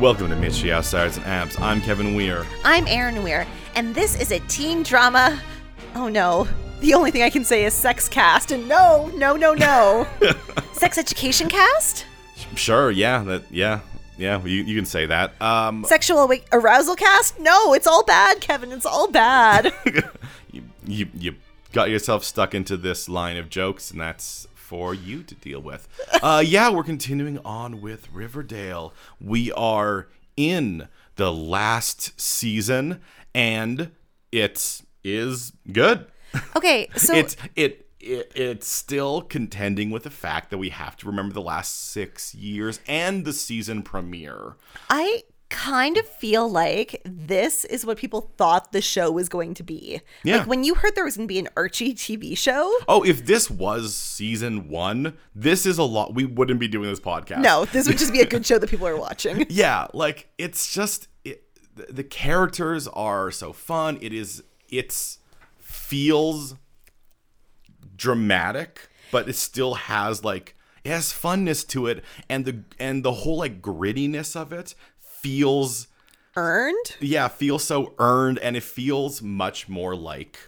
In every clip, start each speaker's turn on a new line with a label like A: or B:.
A: Welcome to Mitchy Outsiders and Abs. I'm Kevin Weir.
B: I'm Aaron Weir, and this is a teen drama. Oh no. The only thing I can say is sex cast, and no, no, no, no. sex education cast?
A: Sure, yeah, that, yeah, yeah, you, you can say that. Um,
B: Sexual awa- arousal cast? No, it's all bad, Kevin. It's all bad.
A: you, you, you got yourself stuck into this line of jokes, and that's for you to deal with. Uh, yeah, we're continuing on with Riverdale. We are in the last season, and it is good.
B: okay, so
A: it's it, it it's still contending with the fact that we have to remember the last six years and the season premiere.
B: I kind of feel like this is what people thought the show was going to be.
A: Yeah.
B: Like when you heard there was going to be an Archie TV show,
A: Oh, if this was season one, this is a lot. We wouldn't be doing this podcast.
B: no, this would just be a good show that people are watching.
A: Yeah, like it's just it, the- the characters are so fun. It is. It's feels dramatic, but it still has like it has funness to it, and the and the whole like grittiness of it feels
B: Earned?
A: yeah, feels so earned and it feels much more like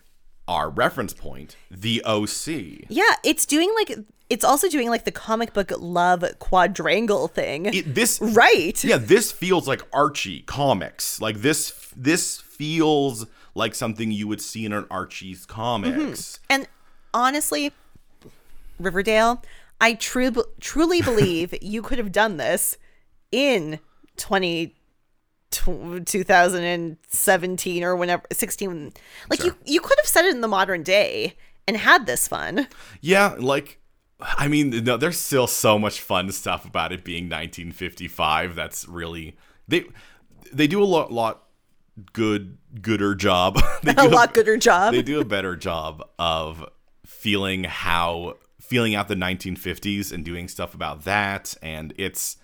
A: our reference point, the OC.
B: Yeah, it's doing like it's also doing like the comic book love quadrangle thing.
A: It, this
B: right.
A: yeah, this feels like Archie comics. Like this this feels like something you would see in an Archie's comics.
B: And honestly, Riverdale, I true, truly believe you could have done this in 20 tw- 2017 or whenever 16 like you you could have set it in the modern day and had this fun.
A: Yeah, like I mean, no, there's still so much fun stuff about it being 1955. That's really they they do a lot lot good gooder job. They do
B: A lot gooder job.
A: they do a better job of feeling how feeling out the 1950s and doing stuff about that and it's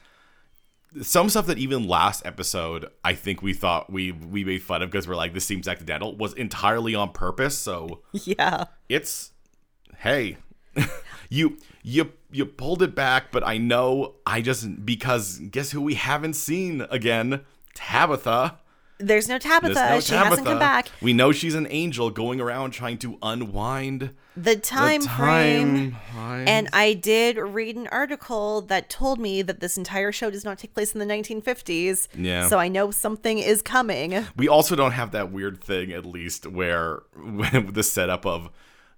A: some stuff that even last episode I think we thought we we made fun of because we're like this seems accidental was entirely on purpose so
B: yeah.
A: it's hey you you you pulled it back but I know I just because guess who we haven't seen again Tabitha
B: There's no Tabitha.
A: there's no
B: she hasn't
A: Tabitha.
B: come back.
A: We know she's an angel going around trying to unwind
B: The time,
A: the
B: frame
A: time. frame.
B: And I did read an article that told me that this entire show does not take place in the 1950s.
A: Yeah.
B: So I know something is coming.
A: we also don't have that weird thing, at least, where when the setup of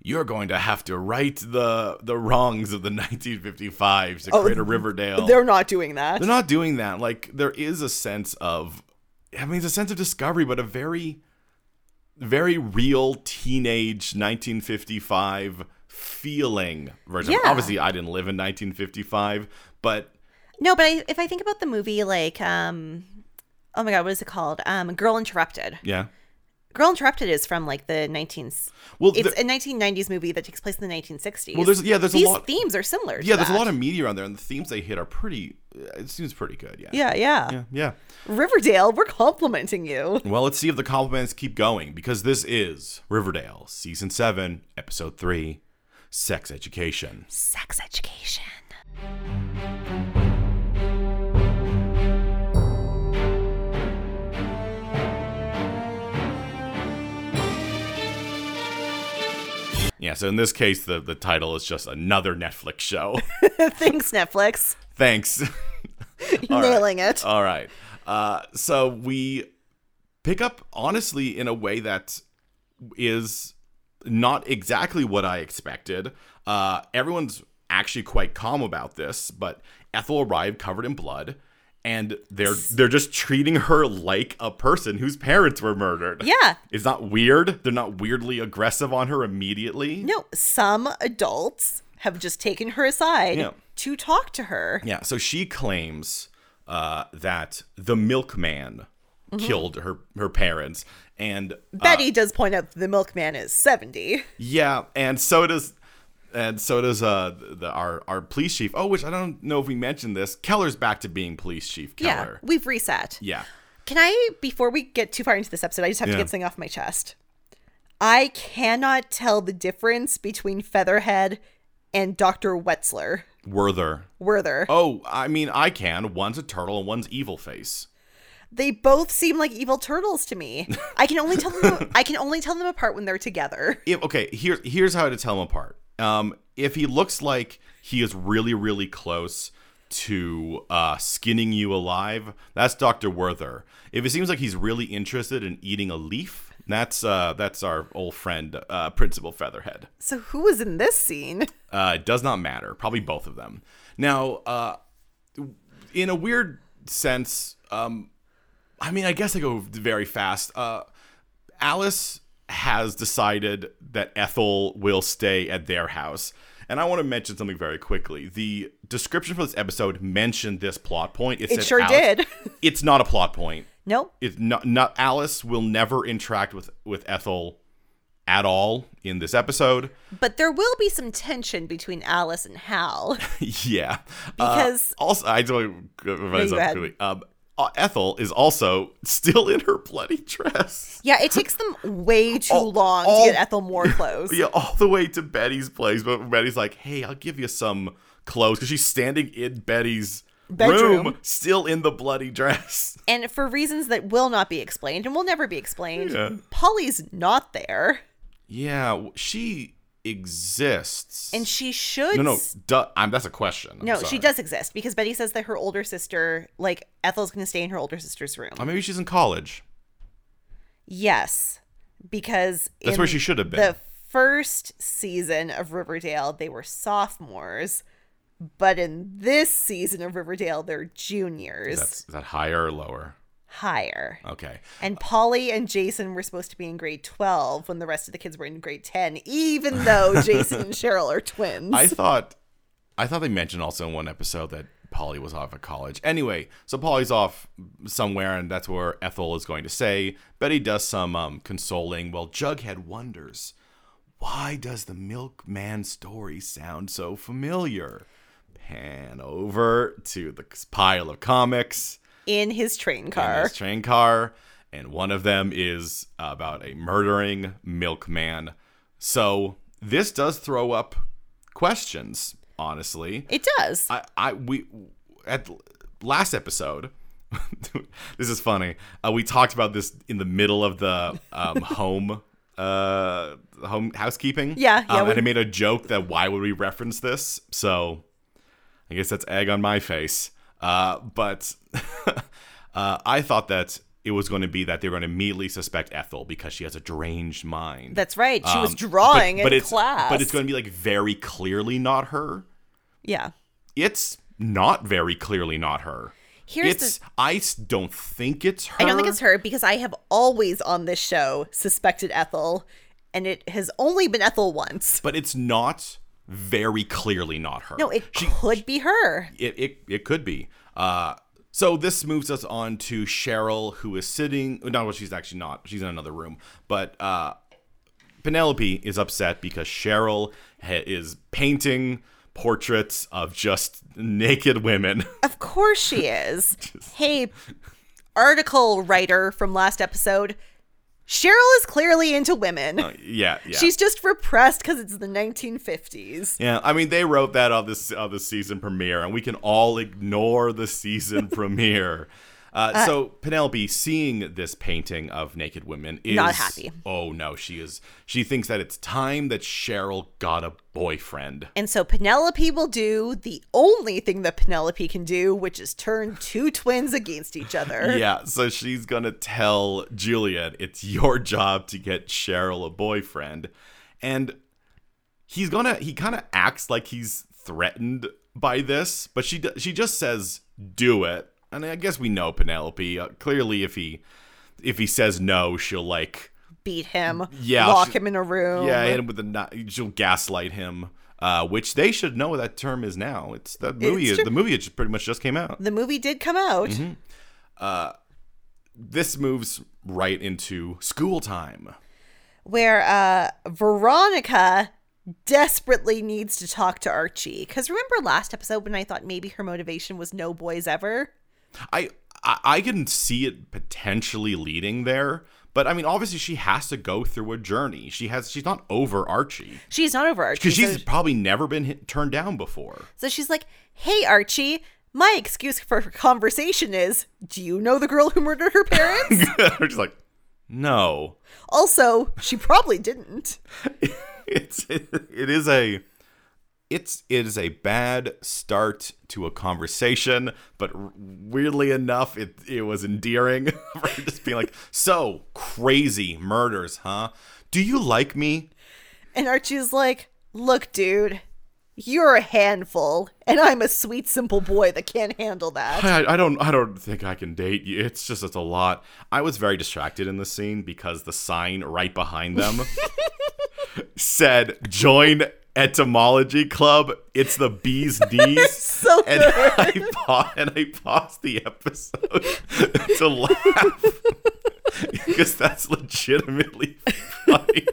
A: you're going to have to right the the wrongs of the 1955s to
B: Oh,
A: create a Riverdale.
B: They're not doing that.
A: They're not doing that. Like there is a sense of, I mean, it's a sense of discovery, but a very, very real teenage 1955 feeling version.
B: Yeah.
A: Obviously, I didn't live in 1955, but
B: no, but I, if I think about the movie, like, um, oh my God, what is it called? Um, Girl Interrupted.
A: yeah.
B: Girl Interrupted is from like the 19s.
A: Well,
B: It's
A: the-
B: a 1990s movie that takes place in the 1960s.
A: Well, there's- yeah, there's a
B: These
A: lot-
B: themes are similar. to
A: yeah, there's a
B: that.
A: lot of media on there, and the themes they hit are pretty. uh, It seems pretty good. Yeah.
B: Yeah, yeah,
A: Yeah. yeah.
B: Riverdale, we're complimenting you.
A: Well, let's see if the compliments keep going because this is Riverdale, season seven, episode three, sex education.
B: Sex education.
A: Yeah. So in this case, the the title is just another Netflix show.
B: Thanks, Netflix.
A: Thanks. All right.
B: Nailing it.
A: All right. Uh, so we pick up honestly in a way that is not exactly what I expected. Uh, everyone's actually quite calm about this, but Ethel arrived covered in blood, and they're they're just treating her like a person whose parents were murdered.
B: Yeah.
A: it's not weird. They're not weirdly aggressive on her immediately.
B: No, some adults have just taken her aside
A: Yeah.
B: to talk to her.
A: Yeah, so she claims uh, that the milkman killed her her parents, and uh,
B: Betty does point out that the milkman is 70.
A: yeah, and so does and so does uh the our our police chief. Oh, which I don't know if we mentioned this. Keller's back to being police chief.
B: Yeah,
A: Keller.
B: we've reset.
A: Yeah.
B: Can I, before we get too far into this episode, I just have
A: Yeah.
B: to get something off my chest. I cannot tell the difference between Featherhead and Dr. Wetzler.
A: Werther.
B: Werther.
A: Oh, I mean, I can. One's a turtle and one's evil face.
B: They both seem like evil turtles to me. I can only tell them I can only tell them apart when they're together.
A: if okay, here here's how to tell him apart. Um, if he looks like he is really really close to uh, skinning you alive, that's Doctor Werther. If it seems like he's really interested in eating a leaf, that's uh, that's our old friend uh, Principal Featherhead.
B: So who was in this scene?
A: Uh, it does not matter. Probably both of them. Now, uh, in a weird sense, um, I mean, I guess I go very fast. Uh, Alice has decided that Ethel will stay at their house. And I want to mention something very quickly. The description for this episode mentioned this plot point.
B: It
A: said
B: sure
A: Alice-
B: did.
A: it's not a plot point.
B: Nope.
A: It's not, not Alice will never interact with with Ethel at all in this episode.
B: But there will be some tension between Alice and Hal.
A: yeah.
B: Because-
A: uh, also I don't
B: you go ahead.
A: quickly. Um, uh, Ethel is also still in her bloody dress.
B: Yeah, it takes them way too
A: All-
B: long
A: all-
B: to get Ethel more clothes.
A: Yeah, all the way to Betty's place, but Betty's like, "Hey, I'll give you some clothes," because she's standing in Betty's room,
B: Bedroom.
A: still in the bloody dress.
B: And for reasons that will not be explained and will never be explained,
A: Yeah.
B: Polly's not there.
A: Yeah, w- she exists.
B: And she should
A: no, no, duh, I'm, that's a question. I'm
B: No, she
A: sorry.
B: does exist because Betty says that her older sister, like Ethel's going to stay in her older sister's room.
A: Oh, maybe she's in college.
B: yes, because
A: That's
B: in
A: where she should have been.
B: The first season of Riverdale, they were sophomores, but in this season of Riverdale, they're juniors,
A: That's is that higher or lower?
B: higher.
A: Okay.
B: And Polly and Jason were supposed to be in grade 12 when the rest of the kids were in grade 10, even though Jason and Cheryl are twins.
A: I thought I thought they mentioned also in one episode that Polly was off at college. Anyway, so Polly's off somewhere and that's where Ethel is going to say. Betty does some um, consoling. Well, Jughead wonders, why does the milkman story sound so familiar? Pan over to the pile of comics
B: in his train
A: in
B: car.
A: this train car, and one of them is about a murdering milkman. So this does throw up questions, honestly.
B: It does.
A: I, I we at the last episode. this is funny. Uh, we talked about this in the middle of the um, home uh home housekeeping
B: Yeah, yeah,
A: um,
B: we-
A: and i made a joke that why would we reference this so I guess that's egg on my face. Uh, but uh, I thought that it was going to be that they were going to immediately suspect Ethel because she has a deranged mind.
B: That's right. She was
A: Um,
B: drawing in
A: it's,
B: class.
A: But it's going to be like very clearly not her.
B: Yeah.
A: It's not very clearly not her.
B: Here's
A: it's I s- don't think it's her.
B: I don't think it's her because I have always on this show suspected Ethel, and it has only been Ethel once.
A: But it's not very clearly not her.
B: No, it
A: She-
B: could be her.
A: it, it, it could be. Uh, so this moves us on to Cheryl, who is sitting. No, well, she's actually not. She's in another room. But uh, Penelope is upset because Cheryl ha- is painting portraits of just naked women.
B: Of course she is. hey, article writer from last episode, Cheryl is clearly into women.
A: Uh, yeah, yeah.
B: She's just repressed because it's the 1950s.
A: yeah, I mean they wrote that on this on the season premiere, and we can all ignore the season premiere. Uh, so Penelope, seeing this painting of naked women, is
B: Not happy.
A: Oh no, she is. She thinks that it's time that Cheryl got a boyfriend.
B: And so Penelope will do the only thing that Penelope can do, which is turn two twins against each other.
A: Yeah, so she's gonna tell Julian it's your job to get Cheryl a boyfriend, and he's gonna he kind of acts like he's threatened by this, but she d- she just says do it, and I guess we know Penelope uh, clearly if he if he says no, she'll like
B: Beat him,
A: Yeah,
B: lock
A: she-
B: him in a room.
A: yeah hit him with a kni- she'll gaslight him. Uh, which they should know what that term is now. It's the movie.
B: true.
A: the movie just pretty much just came out.
B: The movie did come out.
A: Mm-hmm. This moves right into school time.
B: where uh, Veronica desperately needs to talk to Archie. Because remember last episode when I thought maybe her motivation was no boys ever?
A: I, I I can see it potentially leading there, but I mean, obviously, she has to go through a journey. She has she's not over Archie
B: She's not over Archie.
A: because she's
B: so,
A: probably never been hit, turned down before.
B: so she's like, hey, Archie, My excuse for conversation is, do you know the girl who murdered her parents?
A: They're just like, no.
B: also, she probably didn't.
A: It's it, it is a it's it is a bad start to a conversation, but r- weirdly enough, it it was endearing. for just being like, so crazy murders, huh? Do you like me?
B: And Archie's like, look, dude, you're a handful, and I'm a sweet, simple boy that can't handle that.
A: I, I don't I don't think I can date you. It's just it's a lot. I was very distracted in this scene because the sign right behind them said join etymology club. It's the bee's knees.
B: So
A: and
B: good.
A: I pa- and I paused the episode to laugh because that's legitimately funny.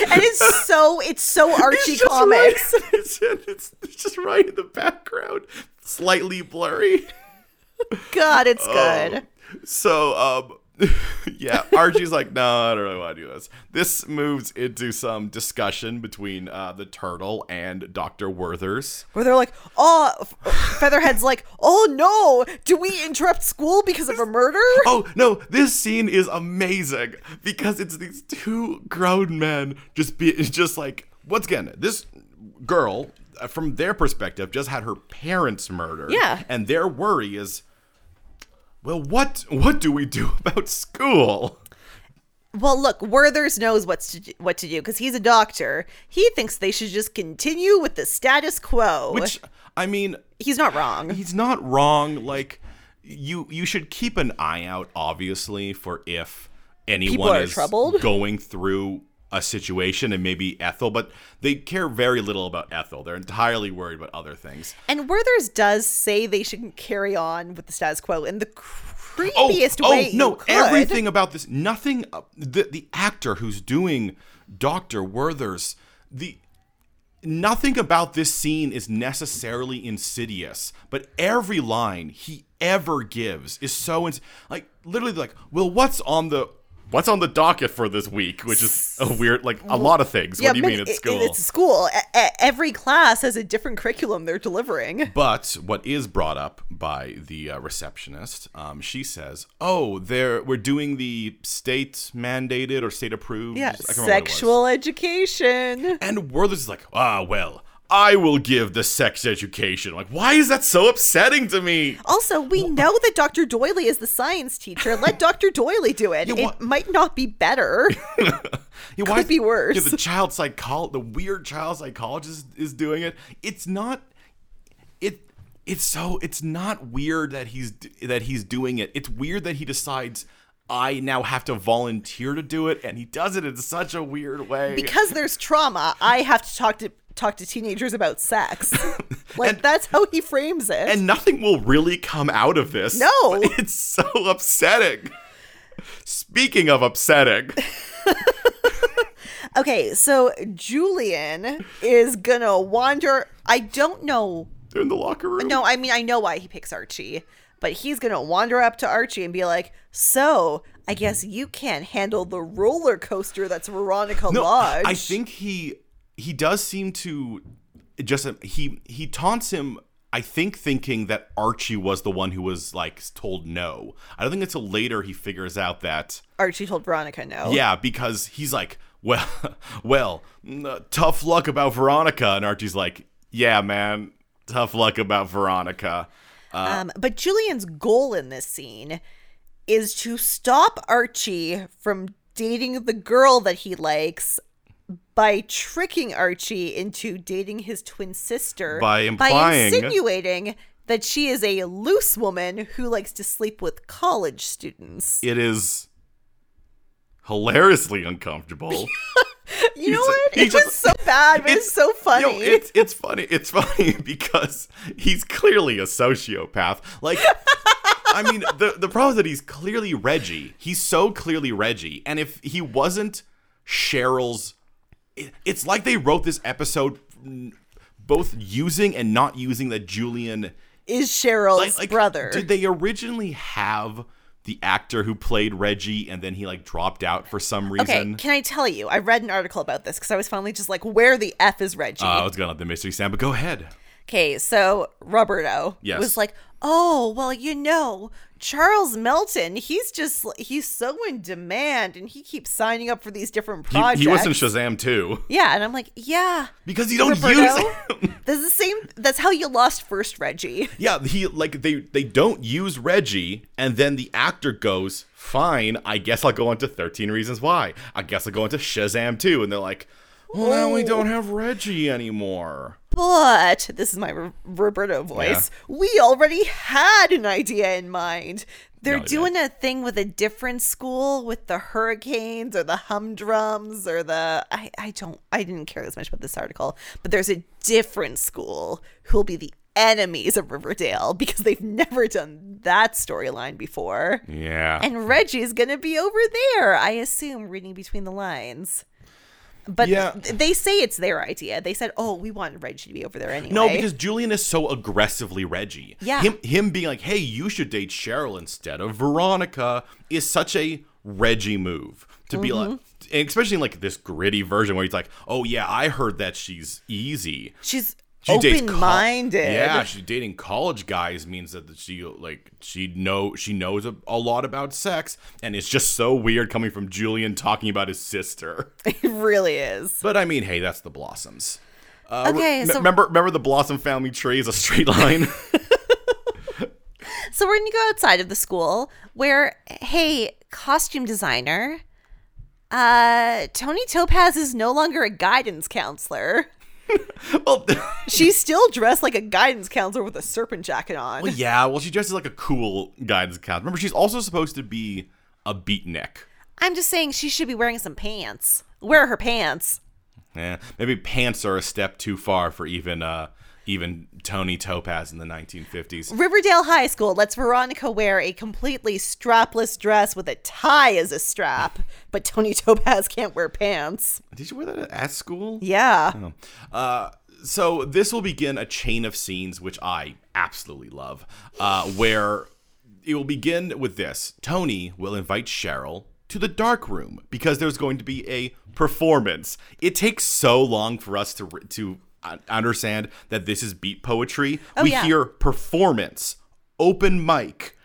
B: And it's so, it's so Archie
A: just right-
B: comics.
A: it's, it's, it's just right in the background, slightly blurry.
B: God, it's good.
A: So, um, yeah, Archie's like, no, I don't really want to do this. This moves into some discussion between uh, the turtle and Dr. Werthers.
B: Where they're like, oh, F- Featherhead's like, oh no, do we interrupt school because of a murder?
A: Oh, no, this scene is amazing because it's these two grown men just be just like, once again, this girl, uh, from their perspective, just had her parents murdered.
B: Yeah.
A: And their worry is, well, what what do we do about school?
B: Well, look, Werthers knows what's to do, what to do because he's a doctor. He thinks they should just continue with the status quo.
A: Which, I mean,
B: he's not wrong.
A: he's not wrong. Like you you should keep an eye out, obviously, for if anyone
B: are
A: is
B: troubled.
A: going through a situation and maybe Ethel, but they care very little about Ethel. They're entirely worried about other things.
B: And Werthers does say they should carry on with the status quo in the creepiest
A: Oh,
B: way. you
A: no,
B: could.
A: everything about this, nothing. uh, The the actor who's doing Doctor Werthers, the nothing about this scene is necessarily insidious, but every line he ever gives is so ins- like literally like, well, what's on the What's on the docket for this week? Which is a weird, like a lot of things. what do you
B: but
A: mean at
B: it-
A: school?
B: It's school. E- e- every class has a different curriculum they're delivering.
A: But what is brought up by the uh, receptionist, um, she says, "Oh, they're we're doing the state mandated or state approved,
B: Yeah,
A: I can't remember what it was.
B: sexual education.
A: And Werther's is like, "Ah, well, I will give the sex education." Like, why is that so upsetting to me?
B: Also, we know that Dr. Doyley is the science teacher. Let Dr. Doyley do it.
A: You
B: it
A: want-
B: might not be better.
A: Yeah, why
B: Could be worse.
A: Yeah, the child psychol, the weird child psychologist is doing it. It's not. It it's so it's not weird that he's d- that he's doing it. It's weird that he decides I now have to volunteer to do it, and he does it in such a weird way.
B: because there's trauma, I have to talk to talk to teenagers about sex. Like that's how he frames it.
A: and nothing will really come out of this.
B: No.
A: But it's so upsetting. Speaking of upsetting,
B: okay, so Julian is gonna wander. I don't know.
A: they're in the locker room.
B: No, I mean I know why he picks Archie, but he's gonna wander up to Archie and be like, "So." I guess you can't handle the roller coaster that's Veronica Lodge.
A: I think he he does seem to just he he taunts him. I think thinking that Archie was the one who was like told no. I don't think until later he figures out that
B: Archie told Veronica no.
A: yeah because he's like well well mm, tough luck about Veronica and Archie's like yeah man tough luck about Veronica. Uh,
B: Um, but Julian's goal in this scene is to stop Archie from dating the girl that he likes by tricking Archie into dating his twin sister
A: By implying-
B: insinuating that she is a loose woman who likes to sleep with college students.
A: It is hilariously uncomfortable.
B: you know
A: he's-
B: what?
A: he
B: It
A: just-
B: was so bad, but it's,
A: it's-
B: so funny.
A: Yo, it's it's funny. It's funny because he's clearly a sociopath. Like I mean, the the problem is that he's clearly Reggie. He's so clearly Reggie. And if he wasn't Cheryl's it- it's like they wrote this episode mm, both using and not using that Julian
B: is Cheryl's
A: like- like,
B: brother.
A: Did they originally have the actor who played Reggie and then he like dropped out for some reason?
B: Okay, can I tell you? I read an article about this because I was finally just like, where the F is Reggie?
A: Uh, I was gonna let the mystery stand, but go ahead.
B: Okay, so Roberto
A: Yes.
B: was like, oh, well, you know, Charles Melton, he's just, he's so in demand and he keeps signing up for these different
A: He,
B: projects.
A: he was in Shazam too.
B: yeah. And I'm like, yeah.
A: Because you don't use
B: Roberto,
A: him.
B: that's the same. That's how you lost first, Reggie.
A: Yeah, he like they they don't use Reggie, and then the actor goes, "Fine, I guess I'll go on to Thirteen Reasons Why. I guess I'll go on to Shazam too." And they're like, "Well, now we don't have Reggie anymore."
B: But this is my R- Roberto voice. We already had an idea in mind. They're
A: No, they
B: doing a thing with a different school with the hurricanes or the humdrums or the I, I don't I didn't care as much about this article, but there's a different school who'll be the enemies of Riverdale because they've never done that storyline before.
A: Yeah,
B: And Reggie's gonna be over there, I assume, reading between the lines. But
A: Yeah.
B: th- they say it's their idea. They said, "Oh, we want Reggie to be over there anyway."
A: no, because Julian is so aggressively Reggie.
B: Yeah.
A: him him being like, "Hey, you should date Cheryl instead of Veronica," is such a Reggie move to be like. And especially in like this gritty version where he's like, "Oh yeah, I heard that she's easy."
B: she's
A: She dates col-
B: open-minded.
A: yeah, she's dating college guys means that she like she know she knows a, a lot about sex, and it's just so weird coming from Julian talking about his sister.
B: it really is.
A: But I mean, hey, that's the Blossoms. Uh, re-
B: Okay,
A: me-
B: so-
A: remember remember the Blossom family tree is a straight line.
B: So we're gonna go outside of the school, where hey, costume designer, uh, Tony Topaz is no longer a guidance counselor.
A: well,
B: She's still dressed like a guidance counselor with a serpent jacket on.
A: well, yeah. Well, she dresses like a cool guidance counselor. Remember, she's also supposed to be a beatnik.
B: I'm just saying she should be wearing some pants. Wear her pants.
A: Yeah, maybe pants are a step too far for even uh even Tony Topaz in the 1950s.
B: Riverdale High School lets Veronica wear a completely strapless dress with a tie as a strap, but Tony Topaz can't wear pants.
A: Did you wear that at school?
B: Yeah.
A: Uh, so this will begin a chain of scenes which I absolutely love, uh, where it will begin with this: Tony will invite Cheryl to the dark room because there's going to be a performance. It takes so long for us to to uh, understand that this is beat poetry. we
B: yeah.
A: hear performance, open mic.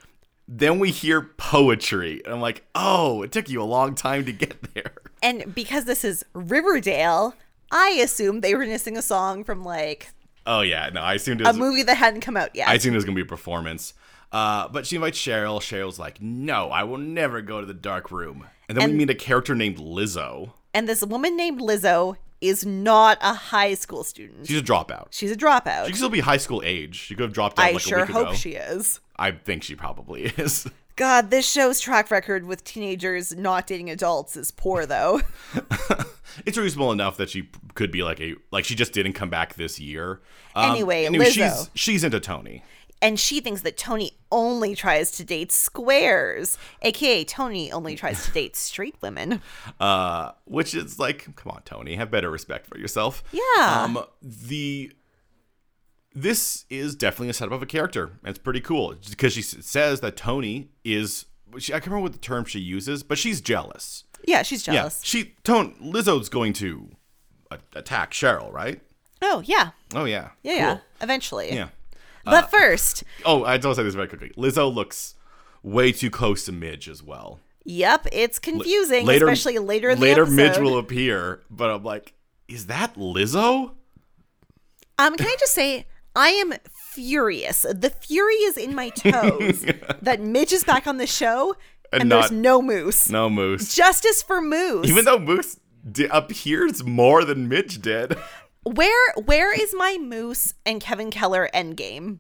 A: Then we hear poetry. And I'm like, oh, it took you a long time to get there.
B: And because this is Riverdale, I assume they were going to sing a song from like
A: Oh, yeah. No, I assumed it
B: a
A: was
B: movie that hadn't come out yet.
A: I assumed it was gonna be a performance. Uh, but she invites Cheryl. Cheryl's like, "No, I will never go to the dark room." And then we meet a character named Lizzo.
B: and this woman named Lizzo is not a high school student.
A: She's a dropout. She
B: She's a dropout.
A: could still be high school age. She could have dropped out
B: I
A: like a
B: sure
A: week
B: hope
A: ago.
B: she is.
A: I think she probably is.
B: God, this show's track record with teenagers not dating adults is poor, though.
A: it's reasonable enough that she p- could be like a like she just didn't come back this year. Um,
B: Anyway, Lizzo.
A: she's she's into Tony.
B: and she thinks that Tony only tries to date squares, aka Tony only tries to date straight women.
A: uh, which is like, come on, Tony, have better respect for yourself.
B: Yeah.
A: Um, the this is definitely a setup of a character, and it's pretty cool because she s- says that Tony is. She, I can't remember what the term she uses, but she's jealous.
B: Yeah, she's
A: Yeah,
B: jealous.
A: she Tone Lizzo's going to a- attack Cheryl, right?
B: Oh yeah,
A: Oh yeah,
B: yeah,
A: Cool.
B: yeah. Eventually,
A: yeah.
B: But first,
A: Oh, I don't say this very quickly. Lizzo looks way too close to Midge as well.
B: yep, it's confusing, especially later. In
A: later
B: the
A: Midge
B: episode.
A: will appear, but I'm like, is that Lizzo?
B: Um, can I just say I am furious. The fury is in my toes that Midge is back on the show and,
A: And
B: there's
A: not-
B: no Moose.
A: No, Moose.
B: Justice for Moose.
A: Even though Moose di- appears more than Midge did,
B: where where is my Moose and Kevin Keller endgame?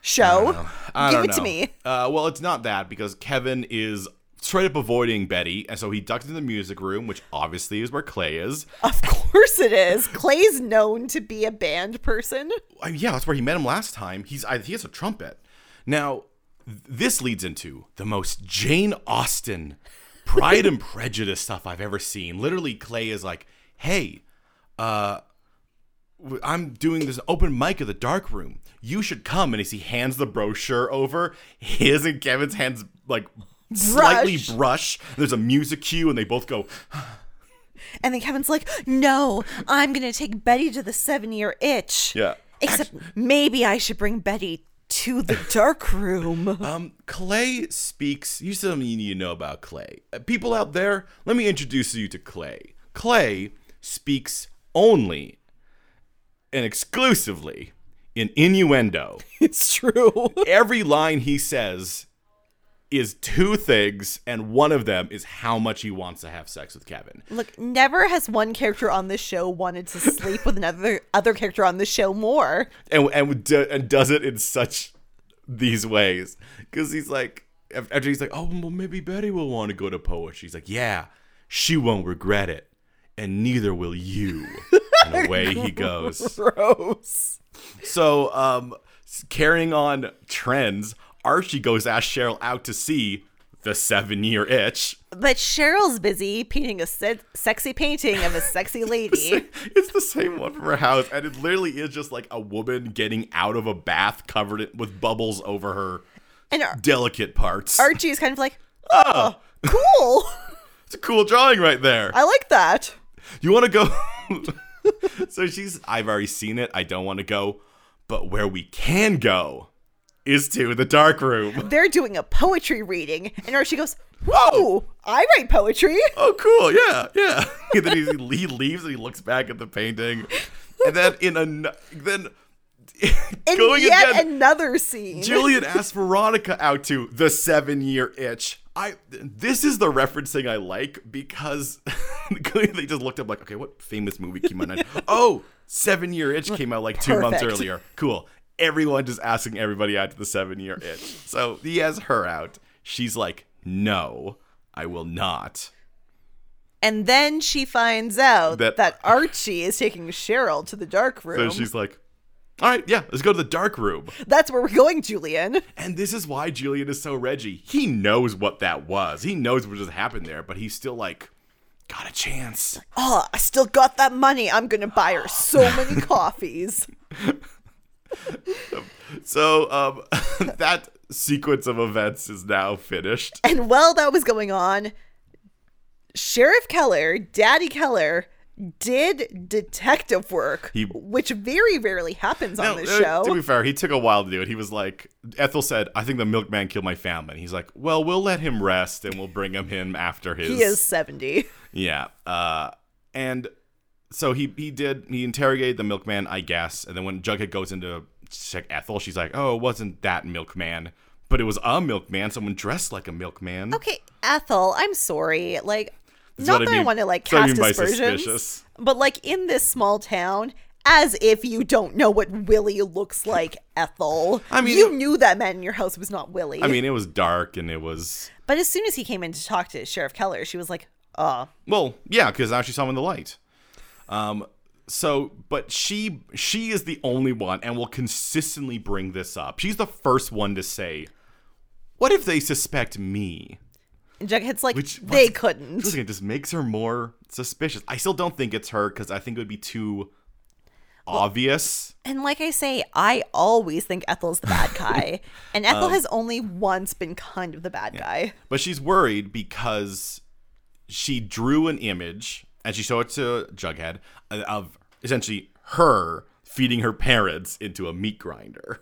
B: Show.
A: I
B: Give
A: don't
B: it to
A: know.
B: me.
A: Uh, well, it's not that because Kevin is straight up avoiding Betty, and so he ducks into the music room, which obviously is where Clay is.
B: Of course it is. Clay's known to be a band person.
A: I mean, yeah, that's where he met him last time. He's I, he has a trumpet. Now, th- this leads into the most Jane Austen Pride and Prejudice stuff I've ever seen. Literally, Clay is like, "Hey, uh, w- I'm doing this open mic at the dark room. You should come." And as he hands the brochure over, his and Kevin's hands like slightly
B: Brush.
A: brush. There's a music cue, and they both go,
B: And then Kevin's like, no, I'm going to take Betty to the seven year itch.
A: "Yeah."
B: Except maybe I should bring Betty to the dark room.
A: Um, Clay speaks. You something you need to know about Clay. Uh, people out there, let me introduce you to Clay. Clay speaks only and exclusively in innuendo.
B: it's true.
A: Every line he says is two things, and one of them is how much he wants to have sex with Kevin.
B: Look, never has one character on this show wanted to sleep with another other character on this show more.
A: and and do, and does it in such these ways because he's like af- after he's like oh well maybe Betty will want to go to poetry. She's like yeah, she won't regret it, and neither will you. and away he goes.
B: Gross.
A: So um, s- carrying on trends, Archie goes ask Cheryl out to see the seven year itch.
B: But Cheryl's busy painting a se- sexy painting of a sexy lady.
A: It's the same one from her house, and it literally is just like a woman getting out of a bath covered it with bubbles over her
B: and Ar-
A: delicate parts.
B: Archie's kind of like, oh, cool.
A: It's a cool drawing right there.
B: I like that.
A: You want to go? so she's, I've already seen it. I don't want to go. But where we can go is to the dark room.
B: They're doing a poetry reading. And Archie goes, whoa, I write poetry.
A: Oh, cool. Yeah, yeah. And then he, he leaves and he looks back at the painting. And then in a, then
B: And
A: going
B: yet
A: again,
B: another scene.
A: Jillian asks Veronica out to the seven year itch. I this is the referencing I like because they just looked up like, okay, what famous movie came out? oh, seven year itch came out like two months
B: Perfect.
A: earlier. Cool. Everyone just asking everybody out to the seven year itch. So he has her out. She's like, no, I will not.
B: and then she finds out
A: That-
B: that, Archie is taking Cheryl to the dark
A: So
B: room.
A: she's like, all right, yeah, let's go to the dark room.
B: That's where we're going, Julian.
A: And this is why Julian is so Reggie. He knows what that was. He knows what just happened there, but he's still like, got a chance.
B: Oh, I still got that money. I'm going to buy her so many coffees.
A: So um, that sequence of events is now finished.
B: And while that was going on, Sheriff Keller, Daddy Keller, did detective work,
A: He-
B: which very rarely happens on
A: Now,
B: this
A: uh,
B: show.
A: To be fair, he took a while to do it. He was like, Ethel said, I think the milkman killed my family. And he's like, well, we'll let him rest and we'll bring him in after his.
B: he is 70.
A: Yeah. Uh, and so he he did he interrogated the milkman, I guess. And then when Jughead goes in to check Ethel, she's like, "Oh, it wasn't that milkman, but it was a milkman, someone dressed like a milkman."
B: Okay, Ethel, I'm sorry. Like,
A: That's
B: not
A: what I
B: that I
A: mean-
B: want to like
A: that's what I
B: cast
A: mean by
B: aspersions,
A: suspicious.
B: but like in this small town, as if you don't know what Willie looks like, Ethel.
A: I mean-
B: you knew that man in your house was not Willie.
A: I mean, it was dark and it was
B: but as soon as he came in to talk to Sheriff Keller, she was like, "Oh,
A: well, yeah, because now she saw him in the light. Um. So, but she she is the only one, and will consistently bring this up. She's the first one to say, "What if they suspect me?"
B: And Jughead's like,
A: Which-
B: they
A: what-
B: couldn't.
A: Listen, it just makes her more suspicious. I still don't think it's her because I think it would be too obvious.
B: And like I say, I always think Ethel's the bad guy. and Ethel
A: Um,
B: has only once been kind of the bad guy.
A: But she's worried because she drew an image and she showed it to Jughead uh, of essentially her feeding her parents into a meat grinder.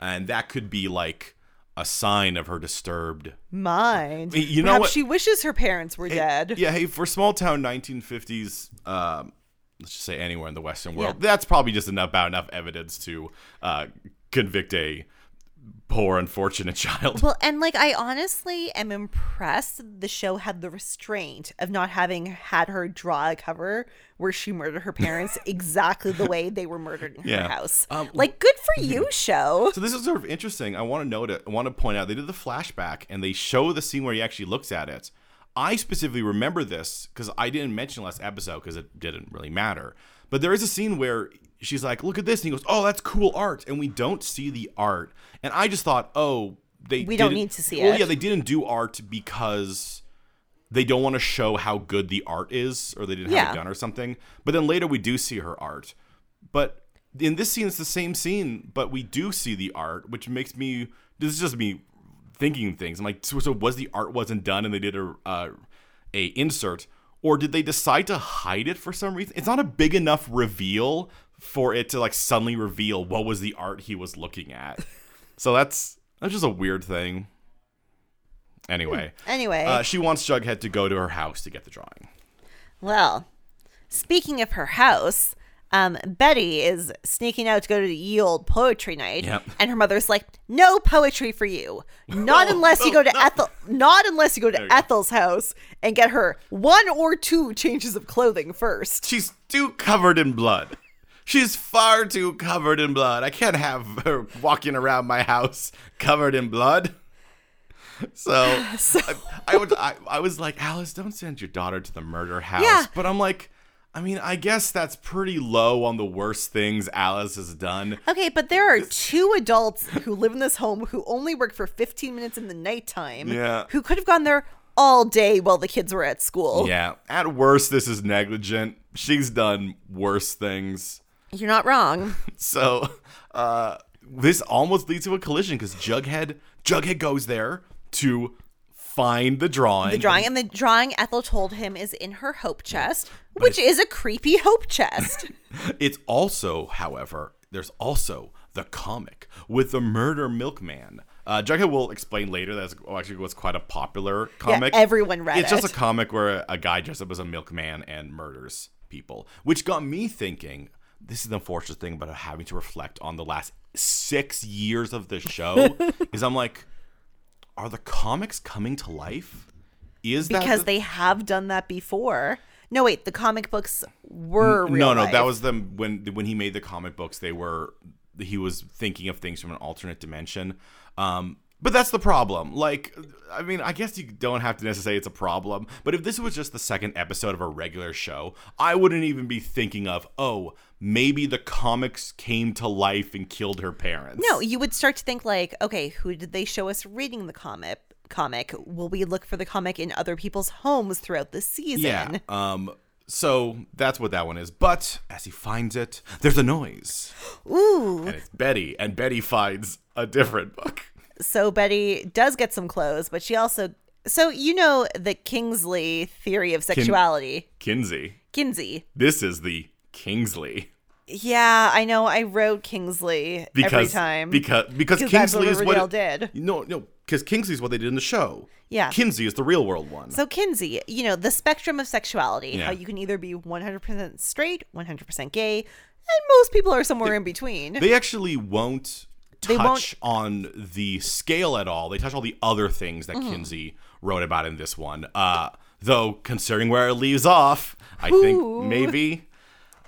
A: And that could be like a sign of her disturbed
B: Mind.
A: Y- you know
B: Perhaps
A: what-
B: she wishes her parents were dead.
A: Yeah, hey, for small town 1950s, um, let's just say anywhere in the Western world, that's probably just enough about enough evidence to uh, convict a poor, unfortunate child.
B: Well, and like I honestly am impressed the show had the restraint of not having had her draw a cover where she murdered her parents exactly the way they were murdered in
A: Yeah.
B: her house.
A: Um,
B: like good for you, show.
A: So this is sort of interesting. I want to note it. I want to point out they did the flashback and they show the scene where he actually looks at it. I specifically remember this because I didn't mention last episode because it didn't really matter. But there is a scene where she's like, "Look at this," and he goes, "Oh, that's cool art," and we don't see the art. And I just thought, "Oh, they
B: We don't
A: didn't-
B: need to see
A: Well,
B: it.
A: yeah, they didn't do art because they don't want to show how good the art is, or they didn't have
B: Yeah.
A: it done or something. But then later we do see her art. But in this scene, it's the same scene, but we do see the art, which makes me. This is just me thinking things. I'm like, so, so was the art wasn't done, and they did a uh, a insert, or did they decide to hide it for some reason? It's not a big enough reveal for it to like suddenly reveal what was the art he was looking at. So that's that's just a weird thing. Anyway,
B: Anyway,
A: uh, she wants Jughead to go to her house to get the drawing.
B: well, speaking of her house, um, Betty is sneaking out to go to the ye old poetry night,
A: Yep.
B: and her mother's like, "No poetry for you. Not
A: Oh,
B: unless you go to Ethel. Not unless you go to
A: we go.
B: Ethel's house and get her one or two changes of clothing first.
A: She's too covered in blood. She's far too covered in blood. I can't have her walking around my house covered in blood. So, I, I would I, I was like, Alice, don't send your daughter to the murder house.
B: Yeah.
A: But I'm like, I mean, I guess that's pretty low on the worst things Alice has done.
B: Okay, but there are two adults who live in this home who only work for 15 minutes in the nighttime.
A: Yeah.
B: Who could have gone there all day while the kids were at school.
A: Yeah. At worst, this is negligent. She's done worse things.
B: You're not wrong.
A: So uh, this almost leads to a collision because Jughead Jughead goes there to find the drawing.
B: The drawing and the drawing Ethel told him is in her hope chest, which is a creepy hope chest.
A: It's also, however, there's also the comic with the murder milkman. Uh, Jughead will explain later that it actually was quite a popular comic.
B: everyone read
A: It's just
B: it.
A: a comic where a guy dressed up as a milkman and murders people, which got me thinking. This is the unfortunate thing about having to reflect on the last six years of the show. is I'm like, are the comics coming to life? Is that
B: because
A: the-
B: they have done that before. No, wait, the comic books were
A: no,
B: real.
A: no, that
B: life.
A: was them when when he made the comic books. They were he was thinking of things from an alternate dimension. Um, but that's the problem. Like, I mean, I guess you don't have to necessarily say it's a problem. But if this was just the second episode of a regular show, I wouldn't even be thinking of oh maybe the comics came to life and killed her parents.
B: No, you would start to think like, okay, who did they show us reading the comic? Comic? Will we look for the comic in other people's homes throughout the season?
A: Yeah. Um. So that's what that one is. But as he finds it, there's a noise,
B: Ooh.
A: and it's Betty, and Betty finds a different book.
B: So Betty does get some clothes, but she also so you know the Kingsley theory of sexuality.
A: Kinsey.
B: Kinsey.
A: This is the Kingsley
B: Yeah, I know. I wrote Kingsley
A: because
B: every time.
A: because because
B: 'Cause
A: Kingsley
B: that's
A: is
B: what
A: what
B: Riverdale did.
A: No, no, because Kingsley is what they did in the show.
B: Yeah.
A: Kinsey is the real world one.
B: so Kinsey, you know, the spectrum of sexuality,
A: Yeah.
B: how you can either be 100% straight, 100% gay, and most people are somewhere in between.
A: they actually won't
B: They won't- Mm-hmm.
A: touch on the scale at all. They touch all the other things that Kinsey wrote about in this one. Uh, though considering where it leaves off, I
B: Ooh.
A: think maybe.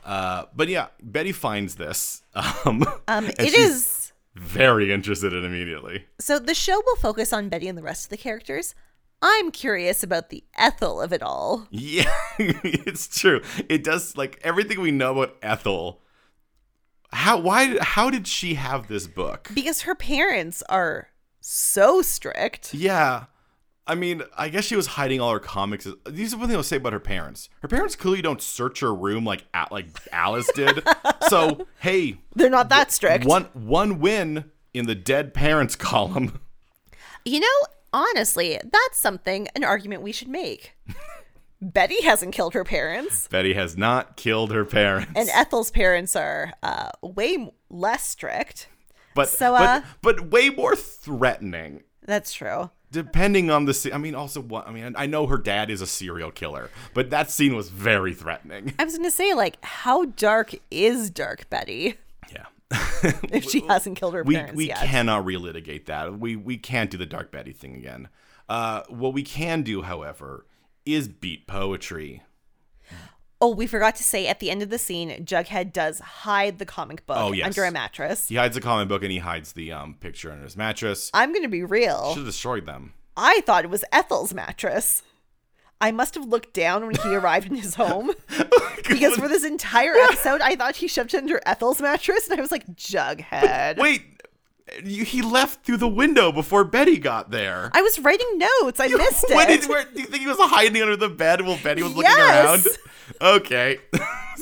A: Uh, but yeah, Betty finds this. Um,
B: um
A: and
B: it
A: she's
B: is
A: very interested in immediately.
B: so the show will focus on Betty and the rest of the characters. I'm curious about the Ethel of it all.
A: Yeah, it's true. It does like everything we know about Ethel. How why how did she have this book?
B: because her parents are so strict.
A: Yeah. I mean, I guess she was hiding all her comics. These is one thing I'll say about her parents. Her parents clearly don't search her room like A- like Alice did. so, hey,
B: They're not that strict.
A: one one win in the dead parents column.
B: You know, honestly, that's something an argument we should make. Betty hasn't killed her parents,
A: Betty has not killed her parents.
B: and Ethel's parents are uh, way m- less strict.
A: but
B: so,
A: but,
B: uh,
A: but way more threatening.
B: That's true.
A: depending on the scene. I mean, also, what I mean, I know her dad is a serial killer, but that scene was very threatening.
B: I was going to say, like, how dark is dark Betty
A: Yeah,
B: if she hasn't killed her
A: we
B: parents
A: we
B: yet?
A: cannot relitigate that. We we can't do the Dark Betty thing again. Uh, what we can do, however, is beat poetry.
B: Oh, we forgot to say at the end of the scene, Jughead does hide the comic book
A: Oh, yes.
B: under a mattress.
A: He hides the comic book and he hides the um picture under his mattress.
B: I'm going to be real.
A: Should have destroyed them.
B: I thought it was Ethel's mattress. I must have looked down when he arrived in his home because for this entire episode, I thought he shoved it under Ethel's mattress, and I was like, Jughead.
A: Wait, you, he left through the window before Betty got there.
B: I was writing notes. I missed
A: What
B: it.
A: did- where- do you think he was hiding under the bed while Betty was looking
B: Yes.
A: around? Okay.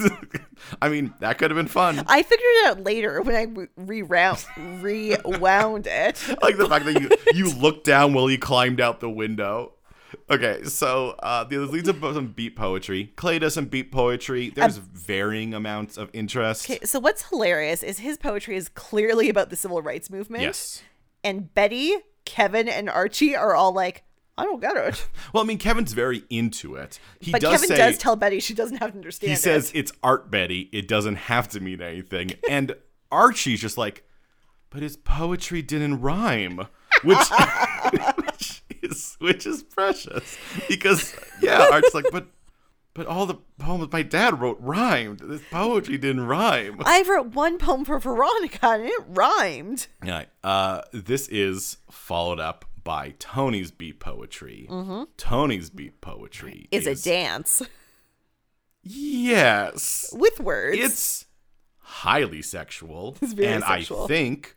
A: I mean, that could have been fun.
B: I figured it out later when I re- rewound, rewound it.
A: I like the fact that you, you looked down while you climbed out the window. Okay, so uh, this leads up to some beat poetry. Clay does some beat poetry. There's
B: Um,
A: varying amounts of interest.
B: So what's hilarious is his poetry is clearly about the civil rights movement.
A: Yes.
B: and Betty, Kevin, and Archie are all like, I don't get it.
A: Well, I mean, Kevin's very into it. He
B: But
A: does
B: Kevin
A: say
B: does tell Betty she doesn't have to understand.
A: he
B: it.
A: says it's art, Betty. It doesn't have to mean anything. And Archie's just like, but his poetry didn't rhyme, which, which is which is precious because yeah, Archie's like, but but all the poems my dad wrote rhymed. This poetry didn't rhyme.
B: I wrote one poem for Veronica and it rhymed.
A: Yeah. Uh, this is followed up by Tony's beat poetry. Tony's beat poetry
B: Mm-hmm. Is a dance
A: Yes.
B: with words.
A: It's highly sexual.
B: It's very
A: and
B: sexual.
A: I think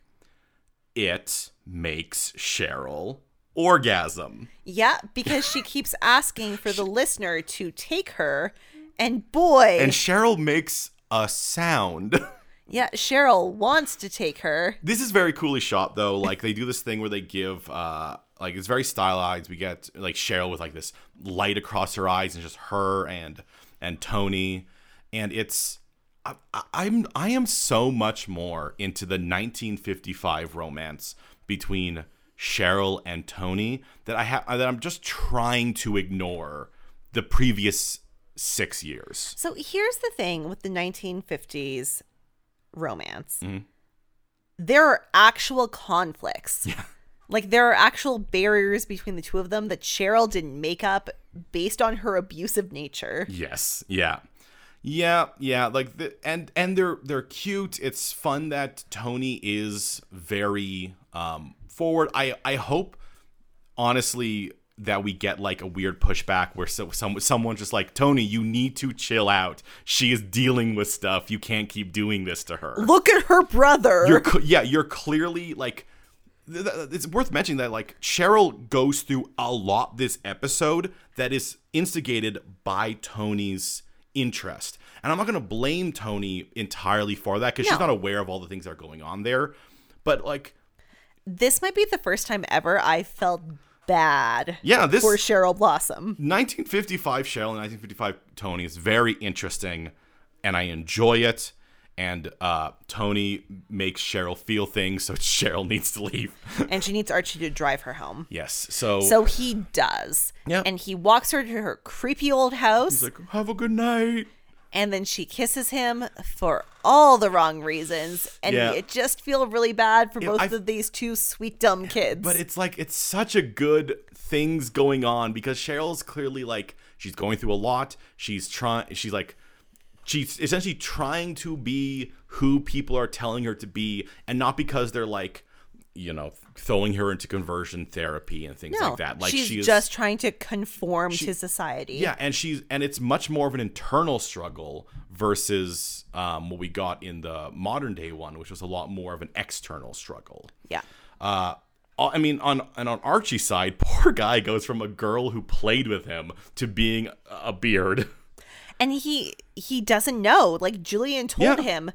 A: it makes Cheryl orgasm.
B: yeah, because she keeps asking for the listener to take her, and boy,
A: And Cheryl makes a sound.
B: yeah, Cheryl wants to take her.
A: This is very coolly shot though. Like they do this thing where they give uh like it's very stylized. We get like Cheryl with like this light across her eyes and just her and and Tony and it's I, I- I'm I am so much more into the 1955 romance between Cheryl and Tony that I have that I'm just trying to ignore the previous 6 years.
B: So here's the thing with the 1950s romance
A: Mm-hmm.
B: there are actual conflicts. Like there are actual barriers between the two of them that Cheryl didn't make up based on her abusive nature.
A: Yes. Yeah. Yeah, yeah, like the, and and they're they're cute. It's fun that Tony is very um forward. I I hope honestly that we get like a weird pushback where so, some someone's just like Tony, you need to chill out. She is dealing with stuff. You can't keep doing this to her.
B: Look at her brother.
A: You're cl- yeah, you're clearly like th- th- it's worth mentioning that like Cheryl goes through a lot this episode that is instigated by Tony's interest. And I'm not going to blame Tony entirely for that cuz she's
B: No.
A: not aware of all the things that are going on there. But like
B: this might be the first time ever I felt bad
A: yeah, this
B: for Cheryl Blossom.
A: 1955 Cheryl and 1955 Tony is very interesting, and I enjoy it. And uh, Tony makes Cheryl feel things, so Cheryl needs to leave.
B: And she needs Archie to drive her home.
A: yes,
B: So he does.
A: Yeah.
B: And he walks her to her creepy old house.
A: He's like, have a good night.
B: and then she kisses him for all the wrong reasons. And
A: Yeah.
B: it just feel really bad for both
A: I've-
B: of these two sweet dumb kids.
A: But it's like it's such a good things going on because Cheryl's clearly like she's going through a lot. She's trying. She's like she's essentially trying to be who people are telling her to be, and not because they're like you know throwing her into conversion therapy and things
B: no,
A: like that. Like
B: she's
A: she is
B: just trying to conform to society.
A: yeah, and she's and it's much more of an internal struggle versus um, what we got in the modern day one, which was a lot more of an external struggle.
B: Yeah.
A: uh, I mean, on and on Archie's side, poor guy goes from a girl who played with him to being a beard.
B: And he he doesn't know. Like Julian told
A: Yeah.
B: him,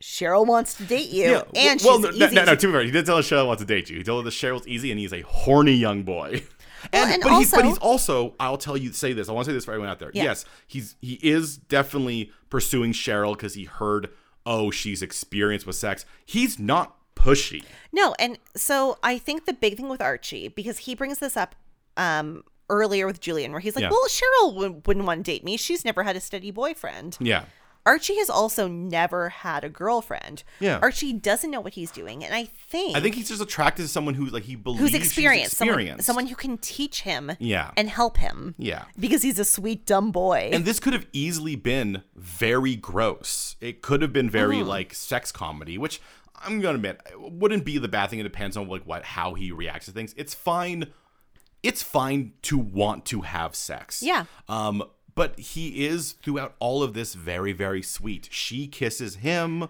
B: Cheryl wants to date you. And she's
A: no, no,
B: easy
A: no, no,
B: to
A: to be fair, he did tell her Cheryl wants to date you. He told her that Cheryl's easy, and he's a horny young boy.
B: Well, and
A: but, he's, but
B: also-
A: he's also, I'll tell you, say this. I want to say this for everyone out there.
B: Yeah.
A: Yes, he's he is definitely pursuing Cheryl because he heard, oh, she's experienced with sex. He's not pushy.
B: No, and so I think the big thing with Archie because he brings this up um earlier with Julian where he's like,
A: Yeah.
B: "Well, Cheryl w- wouldn't want to date me. She's never had a steady boyfriend."
A: Yeah,
B: Archie has also never had a girlfriend.
A: Yeah.
B: Archie doesn't know what he's doing, and I think
A: I think he's just attracted to someone who like he believes
B: who's
A: she's
B: experienced, someone-
A: experienced.
B: Someone, who can teach him
A: Yeah.
B: and help him.
A: Yeah.
B: Because he's a sweet dumb boy.
A: And this could have easily been very gross. It could have been very
B: Hmm.
A: like sex comedy, which I'm gonna admit wouldn't be the bad thing. It depends on like what how he reacts to things. It's fine. It's fine to want to have sex.
B: Yeah.
A: Um. But he is throughout all of this very very sweet. She kisses him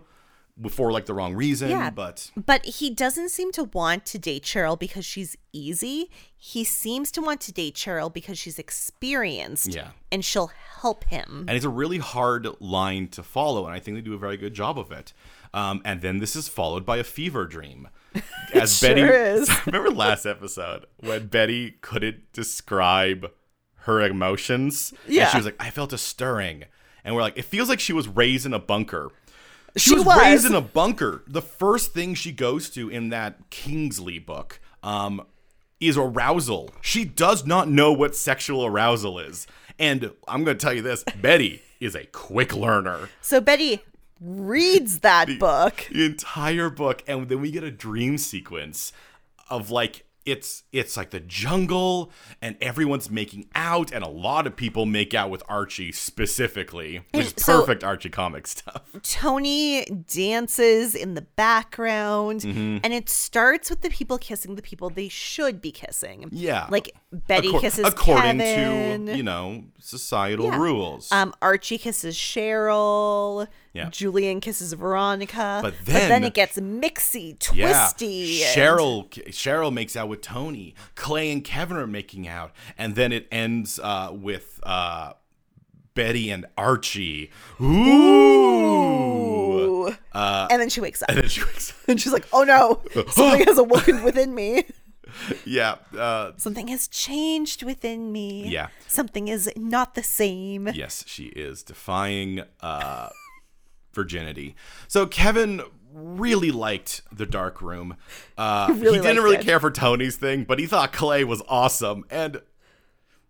A: for like the wrong reason.
B: Yeah.
A: But
B: But he doesn't seem to want to date Cheryl because she's easy. He seems to want to date Cheryl because she's experienced
A: Yeah.
B: and she'll help him.
A: and it's a really hard line to follow and i think they do a very good job of it um, and then this is followed by a fever dream as
B: sure is.
A: remember last episode when betty couldn't describe her emotions And
B: Yeah.
A: she was like i felt a stirring and we're like it feels like she was raised in a bunker She,
B: She
A: was,
B: was.
A: raised in a bunker. The first thing she goes to in that Kingsley book um, is arousal. She does not know what sexual arousal is. And I'm going to tell you this Betty is a quick learner.
B: So Betty reads that book.
A: The entire book. And then we get a dream sequence of like, it's it's like the jungle and everyone's making out and a lot of people make out with Archie specifically. Which is
B: So-
A: perfect Archie comic stuff.
B: Tony dances in the background,
A: Mm-hmm.
B: and it starts with the people kissing the people they should be kissing.
A: Yeah.
B: like Betty
A: Accor-
B: kisses
A: according
B: Kevin.
A: to you know societal rules.
B: Um, Archie kisses Cheryl.
A: Yeah.
B: Julian kisses Veronica.
A: But then-
B: it gets mixy,
A: yeah,
B: twisty. and-
A: Cheryl Cheryl makes out with Tony. Clay and Kevin are making out, and then it ends uh, with uh, Betty and Archie. Ooh.
B: Ooh. and then she wakes up
A: uh, And then she wakes
B: and she's like, "Oh no, something has awoken within me.
A: up. Yeah, uh,
B: Something has changed within me.
A: Yeah.
B: something is not the same."
A: yes, she is defying uh, virginity. So Kevin really liked the dark room. Uh,
B: really
A: he didn't
B: liked
A: really
B: it.
A: care for Tony's thing, but he thought Clay was awesome. And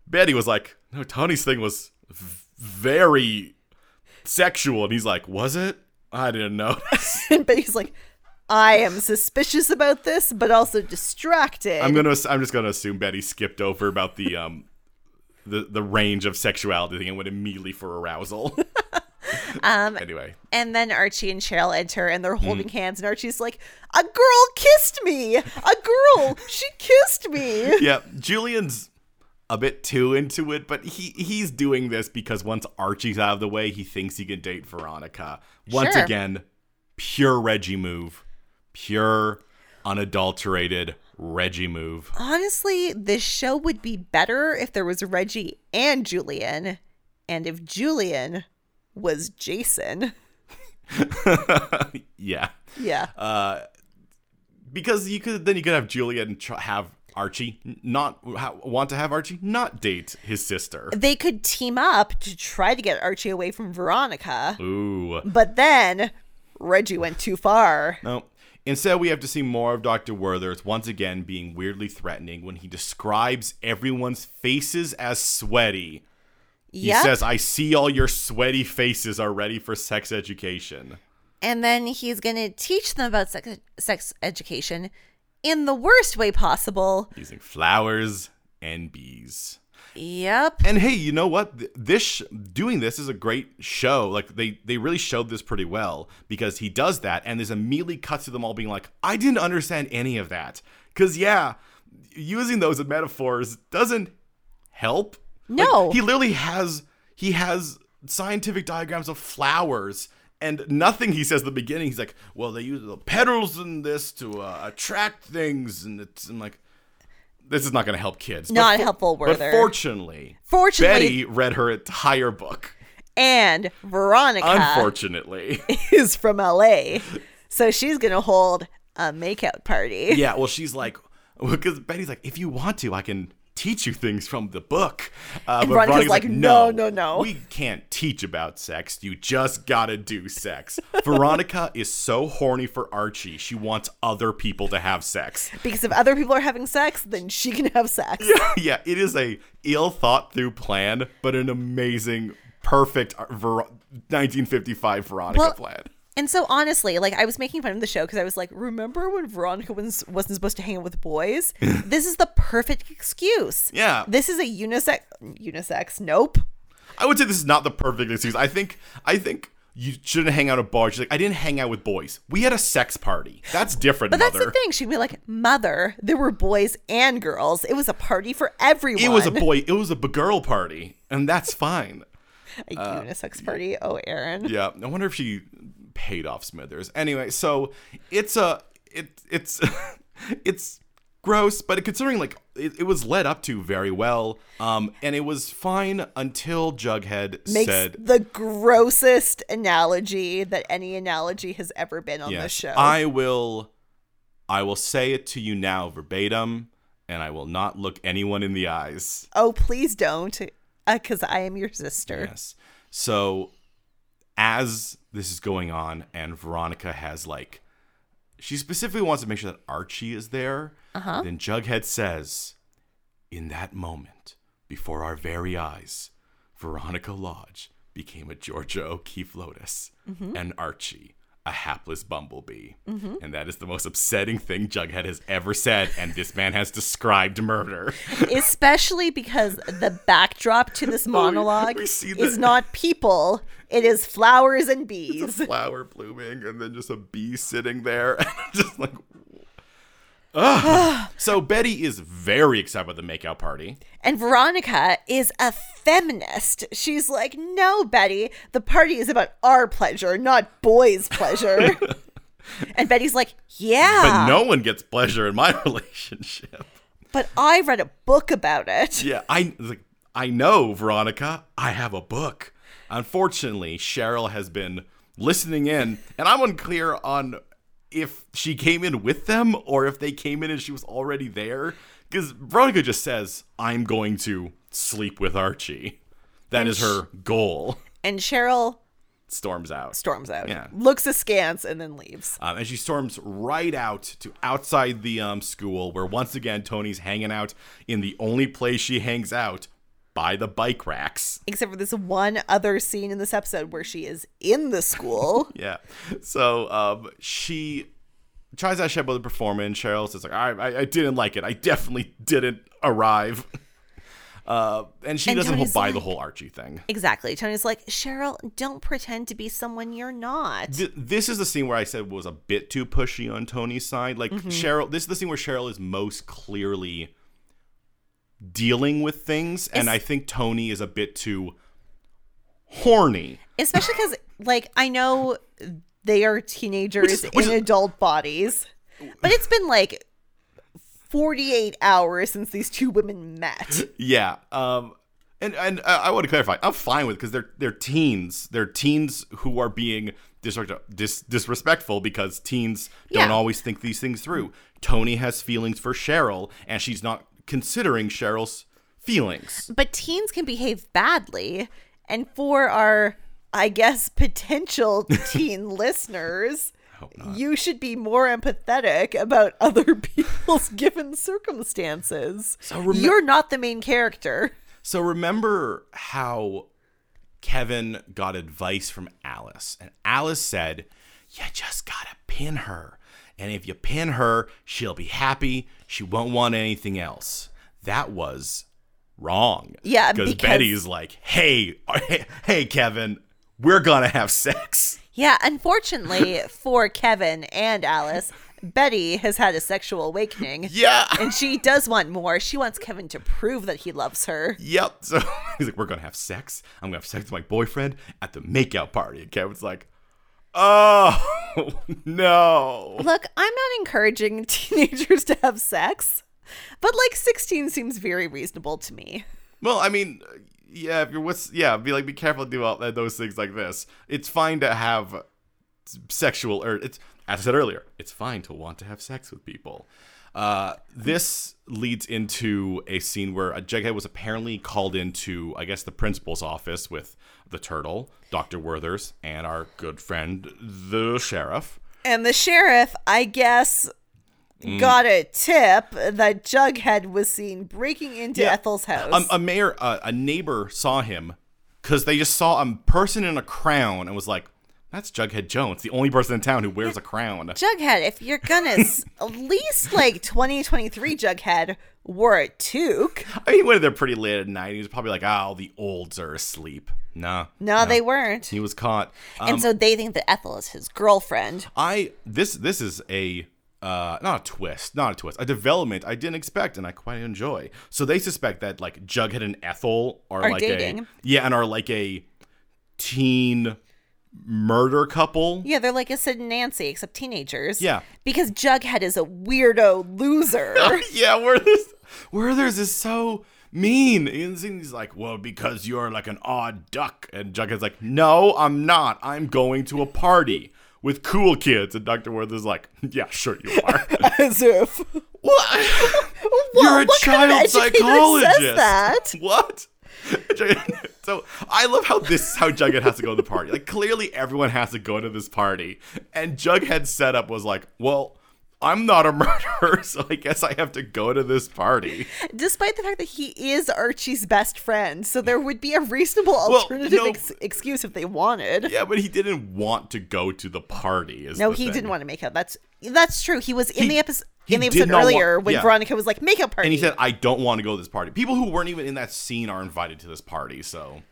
A: Betty was like, "No, Tony's thing was v- very sexual," and he's like, "Was it? I didn't know."
B: And Betty's like, "I am suspicious about this, but also distracted."
A: I'm gonna. ass- I'm just gonna assume Betty skipped over about the um. The, the range of sexuality and went immediately for arousal. um, anyway,
B: And then Archie and Cheryl enter and they're holding hands. And Archie's like, A girl kissed me. A girl. she kissed me.
A: yeah, Julian's a bit too into it, but he he's doing this because once Archie's out of the way, he thinks he can date Veronica. Once
B: Sure.
A: again, pure Reggie move. Pure unadulterated Reggie move.
B: Honestly, this show would be better if there was Reggie and Julian and if Julian was Jason.
A: yeah. Uh,
B: Yeah.
A: Because you could then you could have Julian tr- have Archie n- not ha- want to have Archie not date his sister.
B: they could team up to try to get Archie away from Veronica,
A: Ooh.
B: but then Reggie went too far.
A: No. Instead, we have to see more of Dr. Werther's once again being weirdly threatening when he describes everyone's faces as sweaty. He
B: Yeah.
A: says, I see all your sweaty faces are ready for sex education.
B: and then he's going to teach them about sex, sex education in the worst way possible.
A: Using flowers and bees.
B: Yep.
A: And hey, you know what? Th- This sh- doing this is a great show. Like they they really showed this pretty well because he does that, and there's immediately cuts to them all being like, "I didn't understand any of that." Because yeah, using those as metaphors doesn't help. Like,
B: No.
A: he literally has he has scientific diagrams of flowers. And nothing he says at the beginning. He's like, "Well, they use the petals in this to uh, attract things," and it's I'm like, "This is not going to help kids." But
B: Not
A: for-
B: helpful,
A: But
B: Werther.
A: fortunately,
B: Fortunately,
A: Betty read her entire book.
B: and Veronica
A: Unfortunately.
B: is from LA. So she's going to hold a makeout party.
A: yeah, well, she's like, because Betty's like, if you want to, I can teach you things from the book. Uh,
B: And Veronica's like, "No, no, no."
A: We can't teach about sex. You just gotta do sex. Veronica is so horny for Archie, she wants other people to have sex.
B: Because if other people are having sex, then she can have sex.
A: yeah, it is a ill thought through plan, but an amazing, perfect Ar- Ver- 1955 Veronica
B: Well,
A: plan.
B: And so honestly, like I was making fun of the show because I was like, remember when Veronica was, wasn't supposed to hang out with boys? this is the perfect excuse.
A: Yeah.
B: This is a unisex unisex, nope.
A: I would say this is not the perfect excuse. I think I think you shouldn't hang out at bars. She's like, I didn't hang out with boys. We had a sex party. That's different,
B: But
A: mother.
B: that's the thing. She'd be like, Mother, there were boys and girls. It was a party for everyone.
A: It was a boy. It was a b- girl party, and that's fine.
B: A unisex party. Oh, Aaron.
A: Uh, Yeah, I wonder if she paid off Smithers. Anyway, so it's a it it's it's gross, but considering like it, it was led up to very well, um, and it was fine until Jughead
B: makes
A: said
B: the grossest analogy that any analogy has ever been on this show.
A: I will I will say it to you now verbatim and I will not look anyone in the eyes.
B: uh, oh, please don't, because I am your sister.
A: Yes. So as this is going on and Veronica has like she specifically wants to make sure that Archie is there. Uh-huh. Then Jughead says, "In that moment, before our very eyes, Veronica Lodge became a Georgia O'Keeffe Lotus and Archie a hapless bumblebee." And that is the most upsetting thing Jughead has ever said and this man has described murder.
B: especially because the backdrop to this monologue
A: we see
B: is
A: the-
B: not people it is flowers and bees
A: flower blooming and then just a bee sitting there and I'm just like Ugh. so Betty is very excited about the makeout party.
B: and veronica is a feminist she's like no betty the party is about our pleasure not boys pleasure and betty's like yeah
A: But no one gets pleasure in my relationship.
B: but i read a book about it
A: Yeah, I like I know, Veronica. I have a book. Unfortunately, Cheryl has been listening in, and I'm unclear on if she came in with them or if they came in and she was already there. Because Veronica just says, "I'm going to sleep with Archie." That is her goal.
B: and cheryl
A: Storms out.
B: storms out
A: Yeah.
B: looks askance and then leaves
A: Um, and she storms right out to outside the um, school, where once again Tony's hanging out in the only place she hangs out by the bike racks.
B: except for this one other scene in this episode where she is in the school
A: Yeah. So um, she tries out Shebo the performance. Cheryl says like, "I I, I didn't like it. I definitely didn't arrive." Uh, and she
B: And
A: doesn't
B: Tony's
A: buy
B: like-
A: the whole Archie thing.
B: Exactly. Tony's like, Cheryl, don't pretend to be someone you're not.
A: Th- this is the scene where I said was a bit too pushy on Tony's side. Like
B: Mm-hmm.
A: Cheryl, this is the scene where Cheryl is most clearly dealing with things, and I think Tony is a bit too horny.
B: Especially because, like, I know they are teenagers
A: is- which
B: in
A: is-
B: adult bodies, but it's been like 48 hours since these two women met.
A: Yeah. Um. And and uh, I want to clarify. I'm fine with because they're they're teens. They're teens who are being disrespect- dis- disrespectful because teens don't
B: Yeah.
A: always think these things through. Tony has feelings for Cheryl, and she's not considering Cheryl's feelings.
B: But teens can behave badly. And for our, I guess, potential teen listeners, you should be more empathetic about other people's given circumstances.
A: So remem-
B: You're not the main character.
A: So remember how Kevin got advice from Alice, and Alice said, "You just gotta pin her, and if you pin her, she'll be happy. She won't want anything else." That was wrong.
B: Yeah,
A: because
B: because-
A: Betty's like, "Hey, hey, Kevin, we're gonna have sex."
B: Yeah, unfortunately for Kevin and Alice, Betty has had a sexual awakening.
A: Yeah.
B: And she does want more. She wants Kevin to prove that he loves her.
A: Yep. So he's like, we're gonna have sex. I'm gonna have sex with my boyfriend at the makeout party. And Kevin's like, oh no.
B: Look, I'm not encouraging teenagers to have sex, but like 16 seems very reasonable to me.
A: Well, I mean, yeah, if you're what's yeah, be like be careful to do all those things like this. It's fine to have sexual or it's as I said earlier, it's fine to want to have sex with people. Uh, this leads into a scene where a Jughead was apparently called into, I guess, the principal's office with the turtle, Dr. Werthers, and our good friend, the sheriff.
B: And the sheriff, I guess,
A: Mm.
B: got a tip that Jughead was seen breaking into
A: Yeah.
B: Ethel's house.
A: Um, a mayor, uh, a neighbor saw him because they just saw a person in a crown and was like, "That's Jughead Jones, the only person in town who wears a crown."
B: Jughead, if you're gonna s- at least like 2023 Jughead wore a toque.
A: I mean, he went there pretty late at night. He was probably like, "Oh, the olds are asleep." Nah,
B: No, they weren't.
A: he was caught. Uh,
B: and so they think that Ethel is his girlfriend.
A: I this this is a. Uh, not a twist, not a twist, a development I didn't expect and I quite enjoy. So they suspect that like Jughead and Ethel are,
B: Are
A: like a
B: dating.
A: yeah, and are like a teen murder couple.
B: Yeah, they're like a Sid and Nancy, except teenagers.
A: Yeah.
B: Because Jughead is a weirdo loser.
A: yeah, Werther's Werther's is so mean. And he's like, well, because you're like an odd duck. And Jughead's like, no, I'm not. I'm going to a party with cool kids. And Dr. Werther's like, yeah, sure you are.
B: As if.
A: what?
B: Well,
A: you're a
B: what
A: child
B: kind of educator
A: psychologist.
B: Says that?
A: What? so I love how this is how Jughead has to go to the party. Like clearly everyone has to go to this party, and Jughead's setup was like, well. I'm not a murderer, so I guess I have to go to this party.
B: Despite the fact that he is Archie's best friend, so there would be a reasonable alternative
A: no.
B: ex- excuse if they wanted.
A: Yeah, but he didn't want to go to the party. Is
B: No,
A: the
B: he
A: thing.
B: didn't want to make out. That's that's true. He was in
A: He-
B: the episode
A: he
B: in the
A: did
B: episode
A: not want-
B: earlier when
A: yeah.
B: Veronica was like makeup party.
A: And he said, I don't want to go to this party. People who weren't even in that scene are invited to this party. So,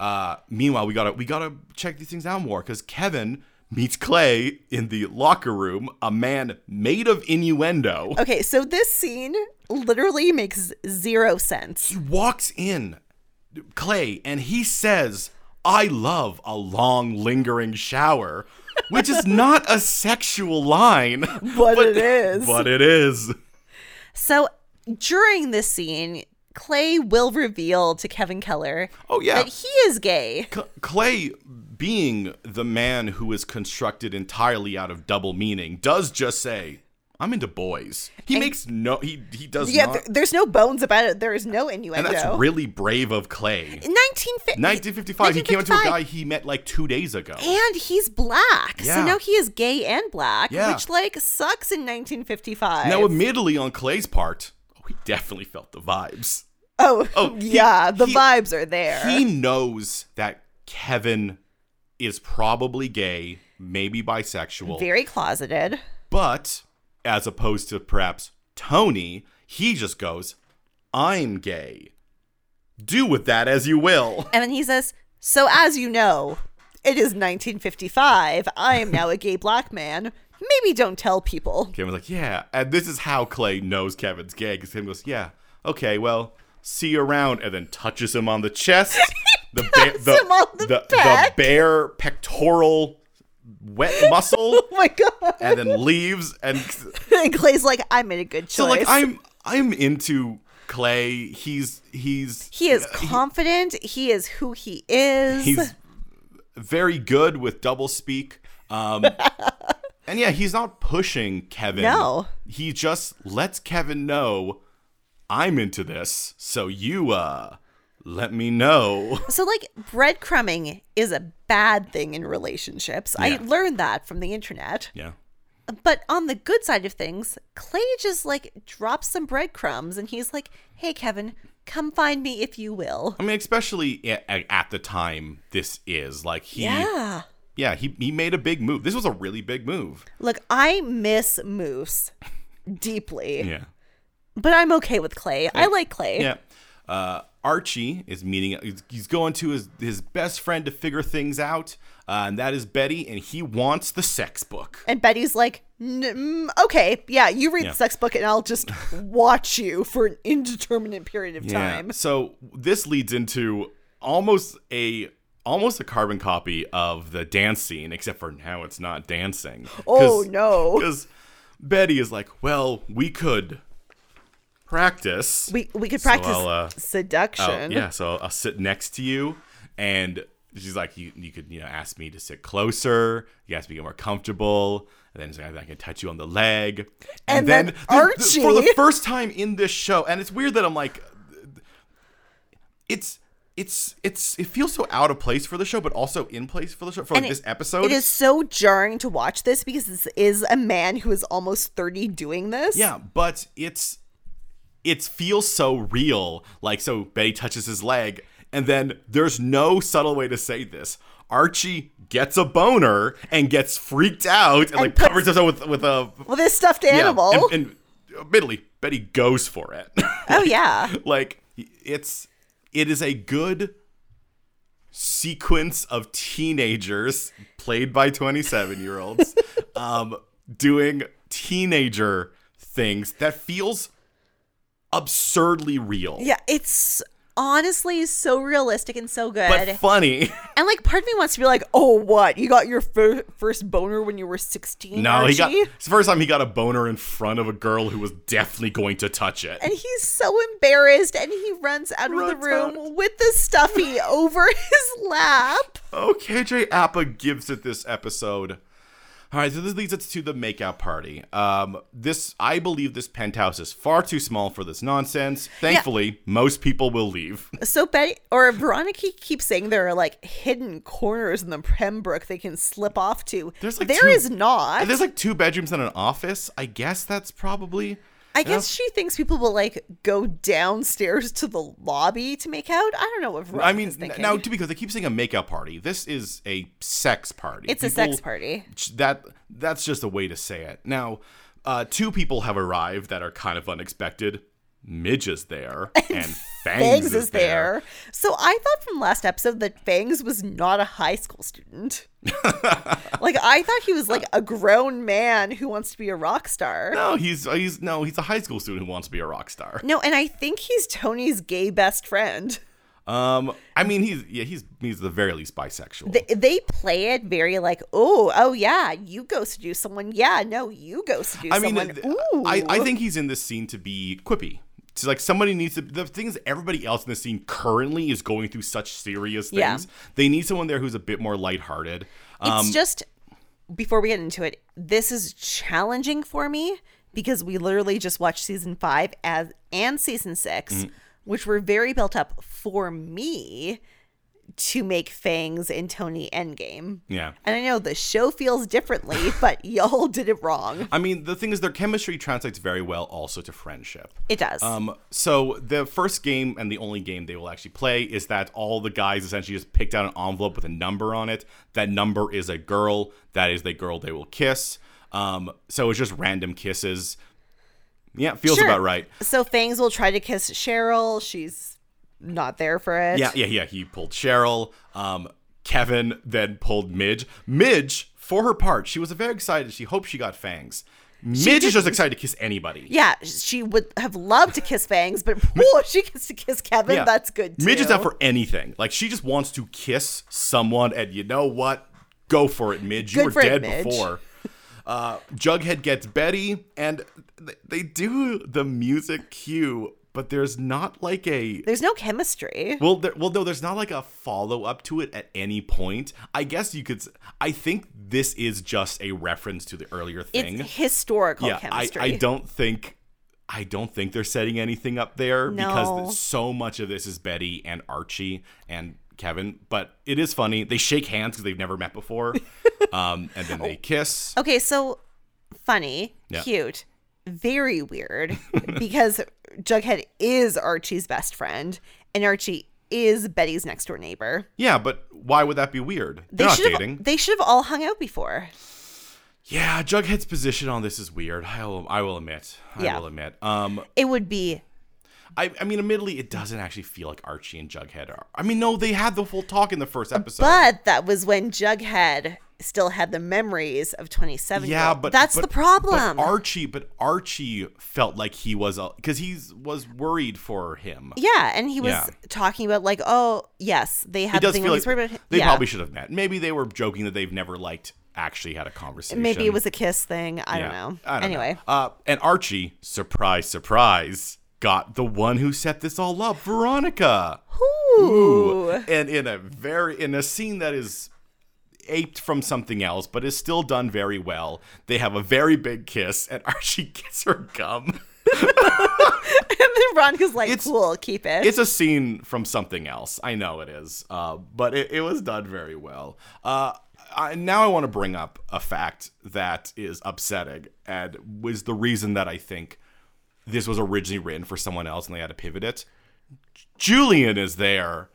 A: uh, meanwhile, we gotta we gotta check these things out more because Kevin meets Clay in the locker room, a man made of innuendo.
B: okay, so this scene literally makes zero sense.
A: He walks in, Clay, and he says, "I love a long, lingering shower," which is not a sexual line,
B: But it is.
A: But it is.
B: So during this scene, Clay will reveal to Kevin Keller
A: Oh, yeah.
B: that he is gay.
A: C- Clay, being the man who is constructed entirely out of double meaning, does just say, "I'm into boys." He makes no. He he does
B: Yeah,
A: not.
B: there- there's no bones about it. There is no
A: and
B: innuendo.
A: that's really brave of Clay.
B: 1950.
A: 1955. He came up to a
B: 1955.
A: guy he met like two days ago.
B: and he's black. So
A: Yeah.
B: now he is gay and black,
A: Yeah.
B: which like sucks in 1955.
A: Now, admittedly, on Clay's part, he definitely felt the vibes.
B: oh,
A: oh, he-
B: yeah, the
A: he-
B: vibes are there.
A: He knows that Kevin is probably gay, maybe bisexual.
B: Very closeted.
A: But as opposed to perhaps Tony, he just goes, I'm gay. Do with that as you will.
B: And then he says, "So as you know, it is 1955. I am now a gay black man. Maybe don't tell people."
A: Kevin's like, Yeah. And this is how Clay knows Kevin's gay because Kevin goes, Yeah, okay, well, see you around. And then touches him on the chest. The, ba- the,
B: him on the
A: the, the
B: back.
A: bare pectoral wet muscle
B: Oh my god.
A: and then leaves and
B: And Clay's like, "I made a good choice."
A: So like I'm I'm into Clay. He's he's
B: he is confident. He is who he is.
A: he's very good with double speak. Um and yeah, he's not pushing Kevin.
B: No.
A: He just lets Kevin know I'm into this. So you uh let me know.
B: So, like, breadcrumbing is a bad thing in relationships. I
A: Yeah.
B: learned that from the internet.
A: Yeah.
B: But on the good side of things, Clay just like drops some breadcrumbs and he's like, hey, Kevin, come find me if you will.
A: I mean, especially at, at the time this is like he
B: Yeah.
A: yeah, he he made a big move. This was a really big move.
B: Look, I miss Moose deeply,
A: Yeah.
B: but I'm okay with Clay. I like Clay.
A: Yeah. Uh, Archie is meeting. he's- He's going to his his best friend to figure things out, uh, and that is Betty. And he wants the sex book.
B: And Betty's like, "N- mm, okay, yeah, you read
A: Yeah.
B: the sex book and I'll just watch you for an indeterminate period of time.
A: So this leads into almost a almost a carbon copy of the dance scene, except for now it's not dancing.
B: Oh, no.
A: Because Betty is like, well, we could practice.
B: We, we could
A: So
B: practice
A: I'll, uh,
B: seduction.
A: Oh, yeah, so I'll sit next to you, and she's like, you, you could you know ask me to sit closer. You ask me to get more comfortable, and then she's like, I can touch you on the leg,
B: And then Archie-
A: for the first time in this show, and it's weird that I'm like, it's. It's it's it feels so out of place for the show, but also in place for the show for like
B: And it-
A: this episode.
B: It is so jarring to watch this because this is a man who is almost 30 doing this.
A: Yeah, but it's it feels so real. Like so Betty touches his leg and then there's no subtle way to say this. Archie gets a boner and gets freaked out and, like
B: puts-
A: covers himself with with a
B: Well, this stuffed
A: yeah,
B: animal.
A: and, and admittedly, Betty goes for it.
B: oh, yeah.
A: like it's it is a good sequence of teenagers played by 27 year olds um doing teenager things that feels absurdly real
B: Yeah. It's honestly so realistic and so good.
A: but funny
B: and like, part of me wants to be like, oh, what? You got your fir- first boner when you were 16?
A: no
B: Archie?
A: he got it's the first time he got a boner in front of a girl who was definitely going to touch it
B: And he's so embarrassed and he runs out of
A: Runs
B: the room with the stuffy over his lap.
A: oh kj appa gives it this episode All right, so this leads us to the makeout party. Um, this, I believe, this penthouse is far too small for this nonsense. Thankfully, most people will leave.
B: So Betty or Veronica keeps saying there are like hidden corners in the Pembroke they can slip off to.
A: There's, like,
B: There
A: two-
B: is not.
A: There's like two bedrooms and an office. I guess that's probably.
B: I guess she thinks people will like go downstairs to the lobby to make out. I don't know what Veronica's
A: I mean, n-
B: thinking.
A: now too because they keep saying a makeout party. This is a sex party.
B: it's a sex
A: People-
B: party.
A: that that's just a way to say it. Now, uh, two people have arrived that are kind of unexpected. Midge is there, and Fangs,
B: Fangs is, there. So I thought from last episode that Fangs was not a high school student. like I thought he was like a grown man who wants to be a rock star.
A: No, he's uh, he's no, he's a high school student who wants to be a rock star.
B: No, and I think he's Tony's gay best friend.
A: Um, I mean, he's yeah, he's he's at the very least bisexual.
B: They, they play it very like, oh, oh yeah, you go seduce someone. Yeah, no, you go seduce
A: I mean,
B: someone.
A: th-
B: Ooh.
A: I I think he's in this scene to be quippy. It's like somebody needs to. The thing is, everybody else in this scene currently is going through such serious
B: Yeah.
A: things. They need someone there who's a bit more lighthearted. Uh,
B: It's
A: Um,
B: just before we get into it, this is challenging for me because we literally just watched season five as and season 6
A: Mm-hmm.
B: which were very built up for me to make Fangs and Tony endgame.
A: Yeah.
B: And I know the show feels differently, but y'all did it wrong.
A: I mean, the thing is, their chemistry translates very well also to friendship.
B: It does.
A: Um, so the first game and the only game they will actually play is that all the guys essentially just picked out an envelope with a number on it. That number is a girl. That is the girl they will kiss. Um, so it's just random kisses. Yeah, feels
B: Sure.
A: about right.
B: So Fangs will try to kiss Cheryl. She's not there for it.
A: Yeah, yeah, yeah. He pulled Cheryl. Um, Kevin then pulled Midge. Midge, for her part, she was very excited. She hoped she got fangs. Midge is just excited to kiss anybody.
B: Yeah, she would have loved to kiss Fangs, but whoa, she gets to kiss Kevin.
A: Yeah.
B: That's good too.
A: Midge is out for anything. Like she just wants to kiss someone, and you know what? Go for it, Midge.
B: Good
A: you were
B: for it,
A: dead
B: Midge.
A: before. Uh, Jughead gets Betty, and th- they do the music cue, but there's not like a
B: There's no chemistry.
A: well, there, well, no, there's not like a follow up to it at any point. I guess you could. s- I think this is just a reference to the earlier thing.
B: It's historical
A: yeah, I,
B: chemistry.
A: I don't think. I don't think they're setting anything up there
B: No.
A: because so much of this is Betty and Archie and Kevin, but it is funny. They shake hands because they've never met before, um, and then they kiss.
B: Okay, so funny,
A: Yeah.
B: cute, very weird because Jughead is Archie's best friend and Archie is Betty's next door neighbor.
A: Yeah, but why would that be weird?
B: They
A: They're not
B: should
A: dating.
B: have they should have all hung out before.
A: Yeah, Jughead's position on this is weird. I will. I will admit. I
B: Yeah.
A: will admit. Um,
B: It would be
A: I, I mean, admittedly, it doesn't actually feel like Archie and Jughead are. I mean, no, they had the full talk in the first episode.
B: but that was when Jughead still had the memories of 27 year
A: yeah,
B: old.
A: but
B: that's
A: but-
B: the problem.
A: But Archie, but Archie felt like he was because he was worried for him.
B: yeah, and he was
A: Yeah.
B: talking about like, oh yes, they
A: It
B: had the
A: does
B: thing
A: feel
B: when
A: like
B: he's worried about him.
A: they
B: yeah.
A: probably should have met. Maybe they were joking that they've never liked actually had a conversation.
B: Maybe it was a kiss thing. I don't know.
A: I don't know.
B: anyway,
A: Uh, and Archie, surprise, surprise, got the one who set this all up, Veronica.
B: Ooh.
A: and in a very in a scene that is aped from something else but is still done very well they have a very big kiss and archie gets her gum
B: and then Veronica's like,
A: It's-
B: cool, keep it.
A: it's a scene from something else i know it is uh, but it, it was done very well uh, I, now i want to bring up a fact that is upsetting and was the reason that i think this was originally written for someone else and they had to pivot it julian is there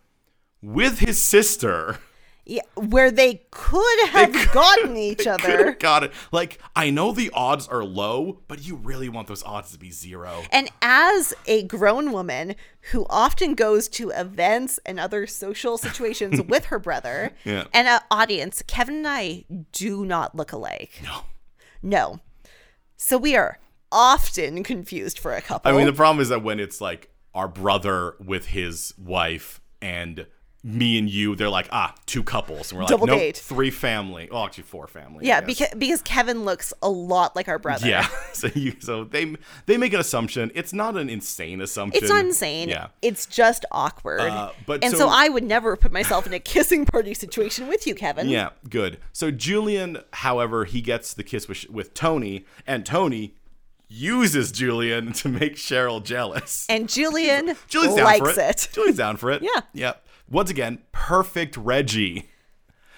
A: with his sister
B: yeah, where they could have gotten each
A: could
B: other.
A: have got it. Like, I know the odds are low, but you really want those odds to be zero.
B: And as a grown woman who often goes to events and other social situations with her brother
A: Yeah.
B: and an audience, Kevin and I do not look alike.
A: No.
B: No. So we are often confused for a couple.
A: I mean, the problem is that when it's like our brother with his wife and me and you, they're like, ah, two couples. And we're
B: Double
A: like, no,
B: date.
A: three family. Oh, actually, four family. I
B: Yeah,
A: guess.
B: because because Kevin looks a lot like our brother.
A: Yeah. So you so they they make an assumption. It's not an insane assumption.
B: It's not insane.
A: Yeah.
B: It's just awkward.
A: Uh, but
B: and so,
A: so-
B: I would never put myself in a kissing party situation with you, Kevin.
A: Yeah, good. So Julian, however, he gets the kiss with, with Tony, and Tony uses Julian to make Cheryl jealous.
B: And Julian
A: Julian's down
B: likes
A: for it.
B: it.
A: Julian's down for it.
B: Yeah.
A: Yep. Once again, perfect Reggie.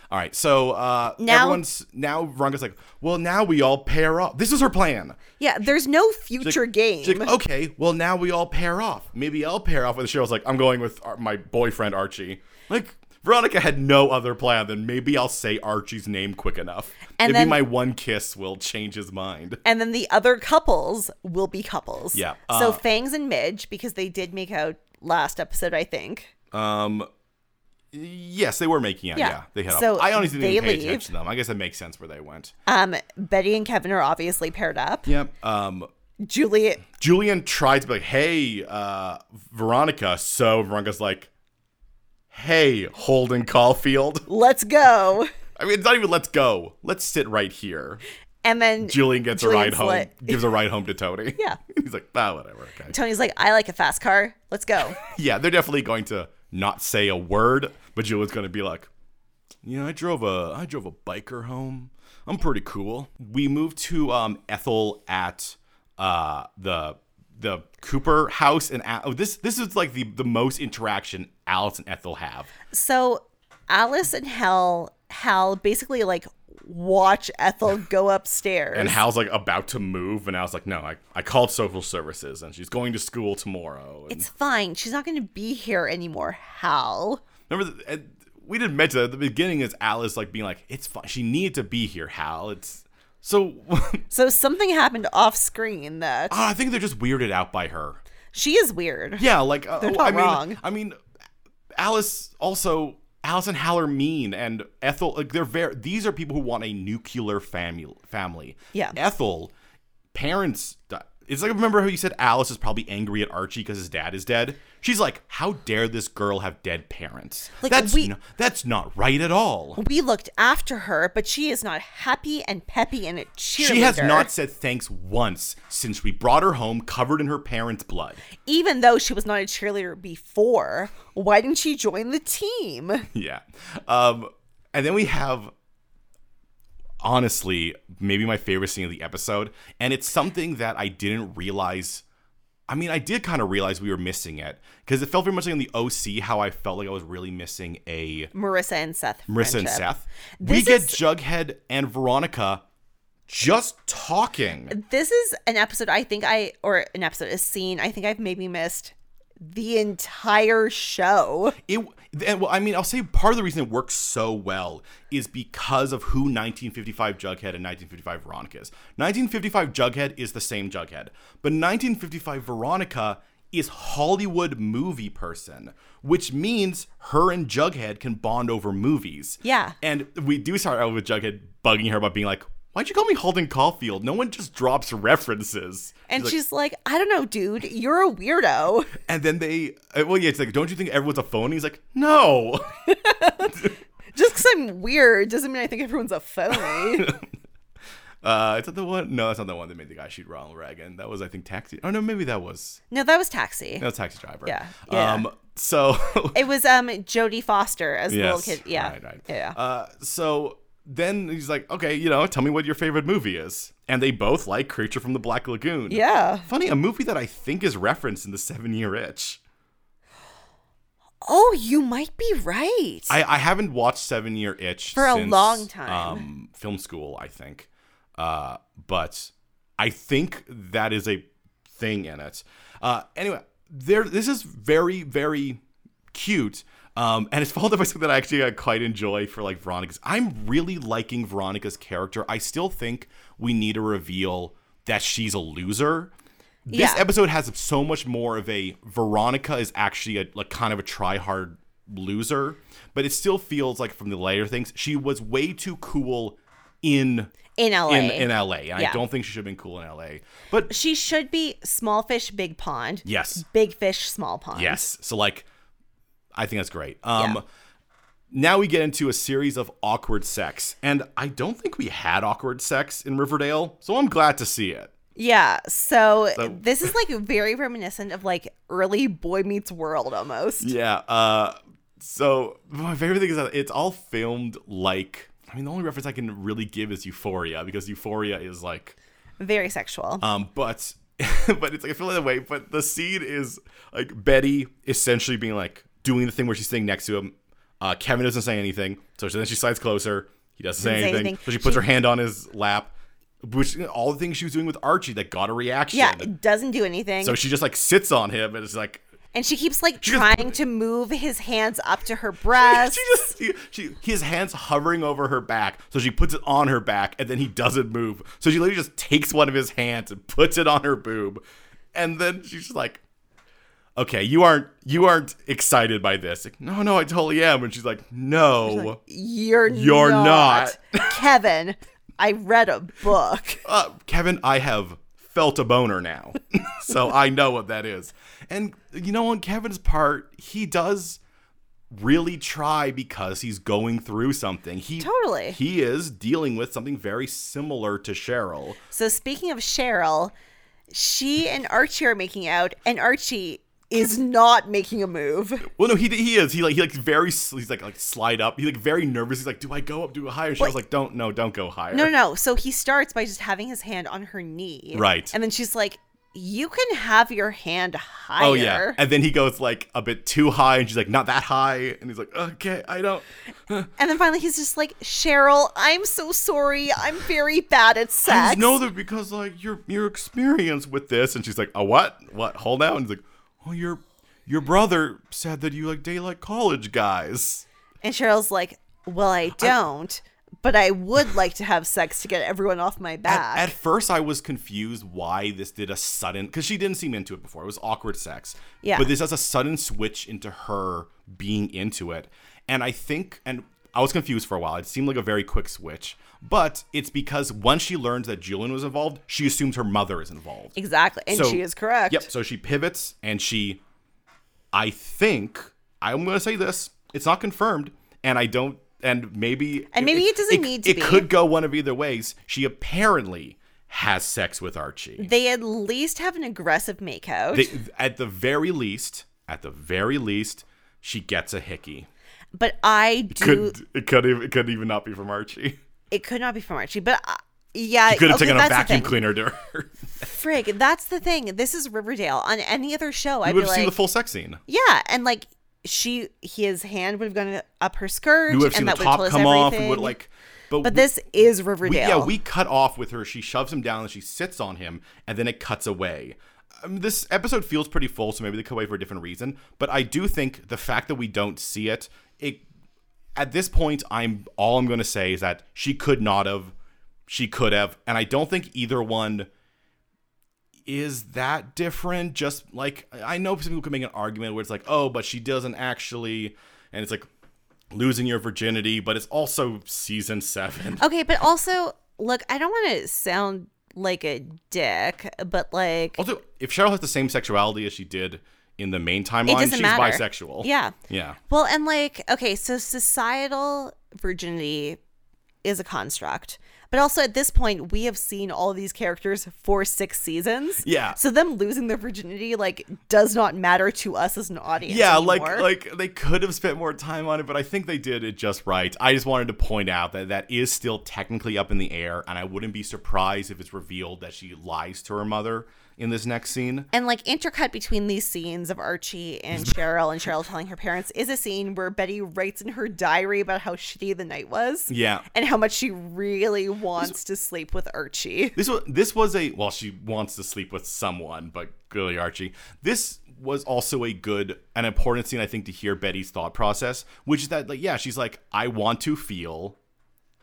A: All right, so uh,
B: Now-
A: everyone's now Ranga's like, well, now we all pair off. This is her plan.
B: Yeah, there's no future game.
A: She's like, okay, well now we all pair off. Maybe I'll pair off with Cheryl's like, I'm going with Ar- my boyfriend Archie. Like Veronica had no other plan than maybe I'll say Archie's name quick enough.
B: And
A: maybe
B: then-
A: my one kiss will change his mind.
B: and then the other couples will be couples.
A: Yeah,
B: so
A: uh,
B: Fangs and Midge, because they did make out last episode, I think.
A: Um Yes, they were making out. Yeah,
B: Yeah.
A: they had.
B: So
A: up. I honestly
B: they
A: didn't pay
B: leave.
A: attention to them. I guess that makes sense where they went.
B: Um, Betty and Kevin are obviously paired up.
A: Yep. Um,
B: Juliet,
A: Julian tried to be like, "Hey, uh, Veronica." So Veronica's like, "Hey, Holden Caulfield."
B: let's go.
A: I mean, it's not even let's go. Let's sit right here.
B: And then
A: Julian gets a ride
B: Julian's
A: home,
B: like-
A: gives a ride home to Tony.
B: Yeah.
A: He's like, ah, whatever. Okay.
B: Tony's like, I like a fast car. Let's go.
A: Yeah, they're definitely going to not say a word, but Julian's going to be like, you know, I drove a, I drove a biker home. I'm pretty cool. We move to um, Ethel at uh, the the Cooper house, and A- oh, this this is like the the most interaction Alice and Ethel have.
B: So Alice and Hal Hal basically like watch Ethel go upstairs.
A: And Hal's like about to move, and Al's like, no, I, I called social services, and she's going to school tomorrow. And
B: it's fine. She's not going to be here anymore, Hal.
A: Remember, th- at- we didn't mention that at the beginning is Alice like being like, "It's fine. She needed to be here, Hal." It's so
B: So something happened off screen that
A: Ah, I think they're just weirded out by her.
B: she is weird.
A: Yeah, like uh,
B: not
A: I mean,
B: wrong.
A: I mean, Alice also Alice and Hal are mean, and Ethel like they're very. These are people who want a nuclear family. Family.
B: Yeah.
A: Ethel, parents. di- It's like remember how you said Alice is probably angry at Archie because his dad is dead. She's like, "How dare this girl have dead parents?
B: Like,
A: that's
B: we-
A: no- that's not right at all."
B: We looked after her, but she is not happy and peppy and a cheerleader.
A: She has not said thanks once since we brought her home covered in her parents' blood.
B: even though she was not a cheerleader before. Why didn't she join the team?
A: Yeah. Um, and then we have, honestly, maybe my favorite scene of the episode. And it's something that I didn't realize. I mean, I did kind of realize we were missing it because it felt very much like in the OC how I felt like I was really missing a
B: Marissa and Seth.
A: Marissa and
B: friendship.
A: Seth. we
B: This
A: get
B: is-
A: Jughead and Veronica just talking.
B: this is an episode I think I or an episode a scene I think I've maybe missed the entire show.
A: it and well, I mean, I'll say part of the reason it works so well is because of who 1955 Jughead and 1955 Veronica is. 1955 Jughead is the same Jughead, but 1955 Veronica is Hollywood movie person, which means her and Jughead can bond over movies.
B: Yeah.
A: and we do start out with Jughead bugging her about being like. Why'd you call me Holden Caulfield? No one just drops references.
B: And
A: like-
B: she's like, I don't know, dude, you're a weirdo.
A: and then they, uh, well, yeah, it's like, don't you think everyone's a phony? He's like, no.
B: Just because I'm weird doesn't mean I think everyone's a phony.
A: Uh, is that the one? No, that's not the one that made the guy shoot Ronald Reagan. That was, I think, Taxi. Oh no, maybe that was
B: no, that was Taxi.
A: that was Taxi Driver.
B: Yeah, yeah.
A: Um. So.
B: It was um Jodie Foster as the
A: yes.
B: little kid. Yeah,
A: Right. Right.
B: yeah.
A: Uh. So then he's like, okay, you know, tell me what your favorite movie is, and they both like Creature from the Black Lagoon.
B: yeah.
A: Funny, a movie that I think is referenced in the Seven Year Itch.
B: Oh, you might be right.
A: I, I haven't watched Seven Year Itch
B: For a
A: since,
B: long time.
A: Um, film school, I think. Uh, but I think that is a thing in it. Uh, anyway, there. This is very very cute. Um, and it's followed up by something that I actually uh, quite enjoy for like Veronica's. I'm really liking Veronica's character. I still think we need a reveal that she's a loser. This
B: Yeah.
A: episode has so much more of a Veronica is actually a like kind of a try hard loser, but it still feels like from the later things she was way too cool in
B: in LA.
A: in in LA. And I
B: Yeah.
A: don't think she should have been cool in LA. But
B: she should be small fish, big pond.
A: yes,
B: um, Big fish, small pond.
A: yes. So like, I think that's great. Um, Now we get into a series of awkward sex, and I don't think we had awkward sex in Riverdale, so I'm glad to see it.
B: Yeah. So,
A: So-
B: this is like very reminiscent of like early Boy Meets World almost.
A: Yeah. Uh, so my favorite thing is that it's all filmed like. I mean, the only reference I can really give is Euphoria because Euphoria is like
B: Very sexual.
A: Um, but but it's like I feel that way. But the scene is like Betty essentially being like doing the thing where she's sitting next to him. Uh, Kevin doesn't say anything, so then she slides closer. He doesn't say
B: Doesn't say
A: anything,
B: anything.
A: so she puts
B: She-
A: her hand on his lap, which all the things she was doing with Archie that got a reaction.
B: yeah, it doesn't do anything.
A: So she just like sits on him and it's like
B: and she keeps like
A: just-
B: trying to move his hands up to her breast.
A: she just she, she his hands hovering over her back, so she puts it on her back, and then he doesn't move. So she literally just takes one of his hands and puts it on her boob, and then she's just like, "Okay, you aren't you aren't excited by this." Like, no, no, I totally am. And she's like, "No."
B: You're
A: You're not.
B: Kevin. I read a book.
A: uh, Kevin, I have felt a boner now, so I know what that is. And you know, on Kevin's part, he does really try because he's going through something. He
B: Totally.
A: he is dealing with something very similar to Cheryl.
B: So speaking of Cheryl, she and Archie are making out, and Archie is not making a move.
A: Well, no, he he is. He like he like very s- he's like like slide up. He's like very nervous. He's like, do I go up? Do I higher? She was like, don't no, don't go higher.
B: No, no. So he starts by just having his hand on her knee.
A: Right.
B: And then she's like, "You can have your hand higher."
A: Oh yeah, and then he goes like a bit too high, and she's like, not that high, and he's like, okay, I don't.
B: And then finally, he's just like, "Cheryl, I'm so sorry. I'm very bad at
A: I
B: sex."
A: just know that because like your your experience with this, and she's like, a what? What? Hold out, and he's like, well, your your brother said that you like date like college guys.
B: And Cheryl's like, Well, I don't, but I would like to have sex to get everyone off my back.
A: At, at first, I was confused why this did a sudden because she didn't seem into it before. It was awkward sex.
B: Yeah.
A: But this has a sudden switch into her being into it, and I think and. I was confused for a while. It seemed like a very quick switch, but it's because once she learns that Julian was involved, she assumes her mother is involved.
B: exactly. And
A: So-
B: she is correct.
A: Yep. So she pivots and she, I think, I'm going to say this. It's not confirmed, and I don't, and maybe,
B: And maybe it doesn't need to
A: It
B: be.
A: could go one of either ways. She apparently has sex with Archie.
B: They at least have an aggressive makeout.
A: They, at the very least, at the very least, she gets a hickey.
B: but I do.
A: Could it could ev- it could even not be from Archie?
B: it could not be from Archie, but. I, yeah,
A: Could have
B: okay,
A: taken a
B: that's the
A: vacuum
B: thing.
A: cleaner to her.
B: Frig, that's the thing. This is Riverdale. On any other show, I'd
A: you would
B: be
A: have
B: like,
A: seen the full sex scene.
B: yeah, and like she, his hand would have gone up her skirt,
A: You would have seen
B: and
A: the
B: that would
A: top
B: have told
A: come
B: us
A: off.
B: everything.
A: You would like, but,
B: but
A: we-
B: this is
A: We,
B: Riverdale.
A: yeah, we cut off with her. She shoves him down and she sits on him, and then it cuts away. Um, this episode feels pretty full, so maybe they cut away for a different reason. But I do think the fact that we don't see it, it at this point, I'm all I'm going to say is that she could not have, she could have, and I don't think either one is that different. Just like I know some people can make an argument where it's like, oh, but she doesn't actually, and it's like losing your virginity, but it's also season seven.
B: Okay, but also, look, I don't want to sound like a dick, but like,
A: Also, if Cheryl has the same sexuality as she did in the main
B: it
A: timeline,
B: doesn't
A: she's
B: matter.
A: bisexual.
B: Yeah.
A: Yeah.
B: Well, and like, okay, so societal virginity is a construct. But also at this point, we have seen all these characters for six seasons.
A: Yeah.
B: So them losing their virginity like does not matter to us as an audience.
A: Yeah, like
B: anymore.
A: like they could have spent more time on it, but I think they did it just right. I just wanted to point out that that is still technically up in the air, and I wouldn't be surprised if it's revealed that she lies to her mother in this next scene.
B: and like intercut between these scenes of Archie and Cheryl and Cheryl telling her parents is a scene where Betty writes in her diary about how shitty the night was.
A: Yeah.
B: and how much she really wants to sleep with Archie.
A: This was this was a well, she wants to sleep with someone, but clearly Archie. This was also a good an important scene, I think, to hear Betty's thought process, which is that like yeah, she's like, I want to feel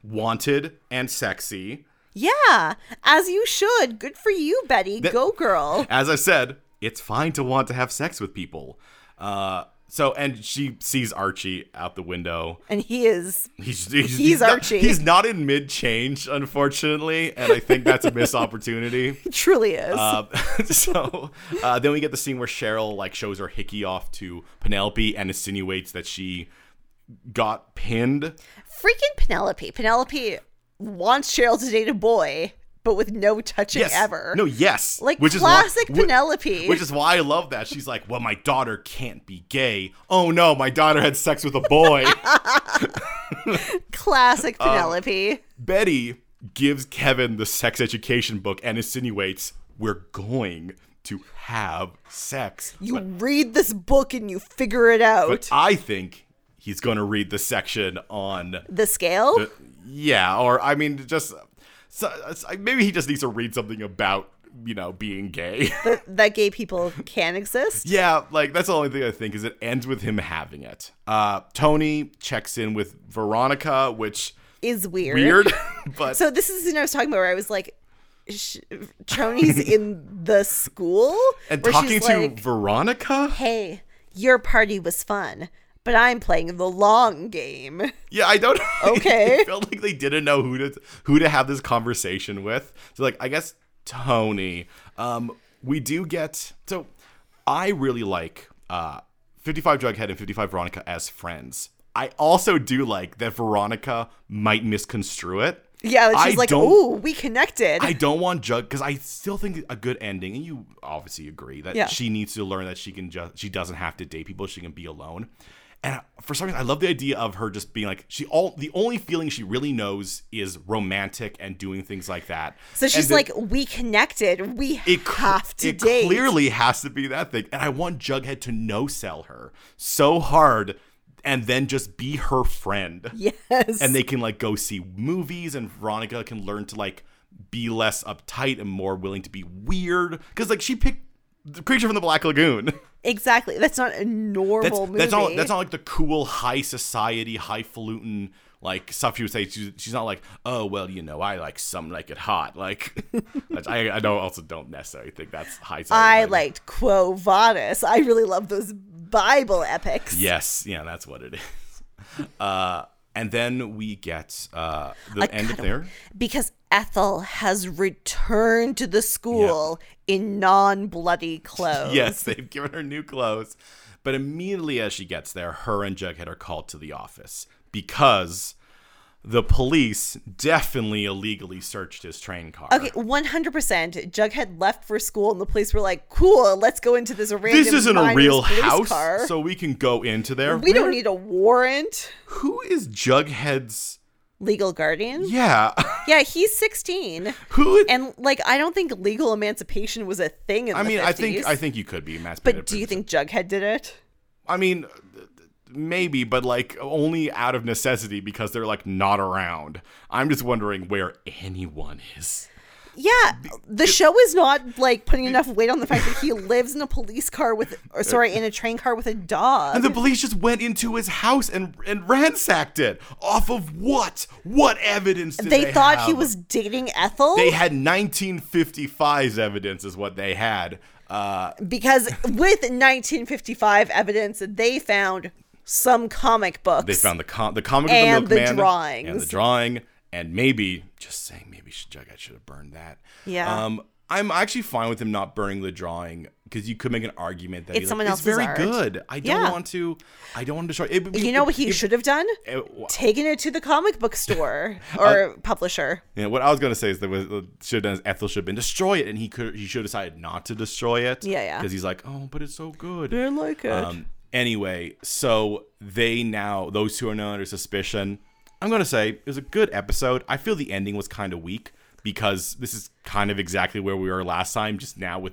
A: wanted and sexy.
B: Yeah, as you should. Good for you, Betty. Go, girl.
A: As I said, it's fine to want to have sex with people. Uh So and she sees Archie out the window.
B: and he is
A: He's he's, he's,
B: He's
A: not-
B: Archie.
A: he's not in mid change, unfortunately, and I think that's a missed opportunity.
B: he truly is.
A: Uh, so uh, then we get the scene where Cheryl like shows her hickey off to Penelope and insinuates that she got pinned.
B: Freaking Penelope. Penelope wants Cheryl to date a boy, but with no touching
A: Yes.
B: ever.
A: No. Yes.
B: Like
A: why-
B: classic
A: whi-
B: Penelope.
A: Which is why I love that. She's like, well, my daughter can't be gay. Oh no, my daughter had sex with a boy.
B: classic
A: um,
B: Penelope.
A: Betty gives Kevin the sex education book and insinuates we're going to have sex.
B: you read this book and you figure it out.
A: But I think he's going to read the section on
B: the scale?
A: yeah, or I mean, just so, so- maybe he just needs to read something about you know being gay.
B: that gay people can exist.
A: yeah, like that's the only thing I think is it ends with him having it. Uh, Tony checks in with Veronica, which
B: Is weird.
A: weird, but
B: So this is the thing I was talking about where I was like, sh- Tony's in the school
A: and
B: where
A: talking
B: she's
A: to
B: like,
A: Veronica.
B: "Hey, your party was fun, but I'm playing the long game."
A: Yeah, I don't.
B: Okay.
A: it felt like they didn't know who to who to have this conversation with. So like, I guess Tony. Um, we do get so I really like uh, 55 Jughead and 55 Veronica as friends. I also do like that Veronica might misconstrue it.
B: Yeah, that she's
A: I
B: like,
A: don't-
B: "Ooh, we connected."
A: I don't want Jug because I still think a good ending, and you obviously agree that
B: Yeah.
A: she needs to learn that she can just she doesn't have to date people; she can be alone. And for some reason, I love the idea of her just being like she all the only feeling she really knows is romantic and doing things like that.
B: so
A: And
B: she's
A: the-
B: like, "We connected. We
A: cl-
B: have to
A: it
B: date."
A: clearly has to be that thing, and I want Jughead to no sell her so hard, and then just be her friend
B: yes.
A: and they can like go see movies and veronica can learn to like be less uptight and more willing to be weird because like she picked the creature from the black lagoon
B: exactly. That's not a
A: that's,
B: normal movie.
A: that's not that's not like the cool high society highfalutin like stuff she would say she's, she's not like oh well you know i like some like it hot like that's- I, I don't also don't necessarily think that's high society
B: I liked Quo Vadis. I really love those Bible epics.
A: yes yeah that's what it is uh and then we get uh the end of
B: kinda-
A: there
B: Because Ethel has returned to the school in non bloody clothes.
A: Yes, they've given her new clothes. But immediately as she gets there, her and Jughead are called to the office because the police definitely illegally searched his train car.
B: Okay, 100%. Jughead left for school and the police were like, cool, let's go into this random
A: This isn't a
B: miner's
A: real
B: police
A: house,
B: Car.
A: so we can go into there.
B: we don't
A: Where-
B: need a warrant.
A: Who is Jughead's?
B: Legal guardian?
A: Yeah,
B: Yeah, he's 16.
A: who? is-
B: And, like, I don't think legal emancipation was a thing in
A: I
B: the
A: mean,
B: 50s.
A: I think I think you could be emancipated.
B: But do you
A: pretty-
B: think Jughead did it?
A: I mean, maybe, but like only out of necessity because they're like not around. I'm just wondering where anyone is.
B: Yeah, the show is not like putting enough weight on the fact that he lives in a police car with, or sorry, in a train car with a dog.
A: And the police just went into his house and and ransacked it. Off of what? What evidence did
B: they,
A: they,
B: thought he
A: have?
B: was dating Ethel
A: They had 1955's evidence, is what they had. Uh,
B: because with 1955 evidence, they found some comic books.
A: they found the com- the comic
B: And
A: of
B: the
A: the milkman and the
B: drawings.
A: drawing, and maybe just saying maybe should Jughead should have burned that.
B: Yeah.
A: Um, I'm actually fine with him not burning the drawing because you could make an argument that
B: It's
A: he's
B: someone
A: like,
B: else's
A: it's very
B: art."
A: good. I don't
B: Yeah.
A: want to. I don't want to destroy. It, would be-
B: you know what he should have done?
A: it-
B: Taken it to the comic book store or
A: Uh,
B: publisher.
A: Yeah, what I was gonna say is that was should have done is Ethel should have been destroy it, and he could he should have decided not to destroy it.
B: Yeah, yeah.
A: Because he's like, oh, but it's so good.
B: I like it.
A: Um. Anyway, so they now those two are now under suspicion. I'm gonna say it was a good episode. I feel the ending was kind of weak because this is kind of exactly where we were last time, just now with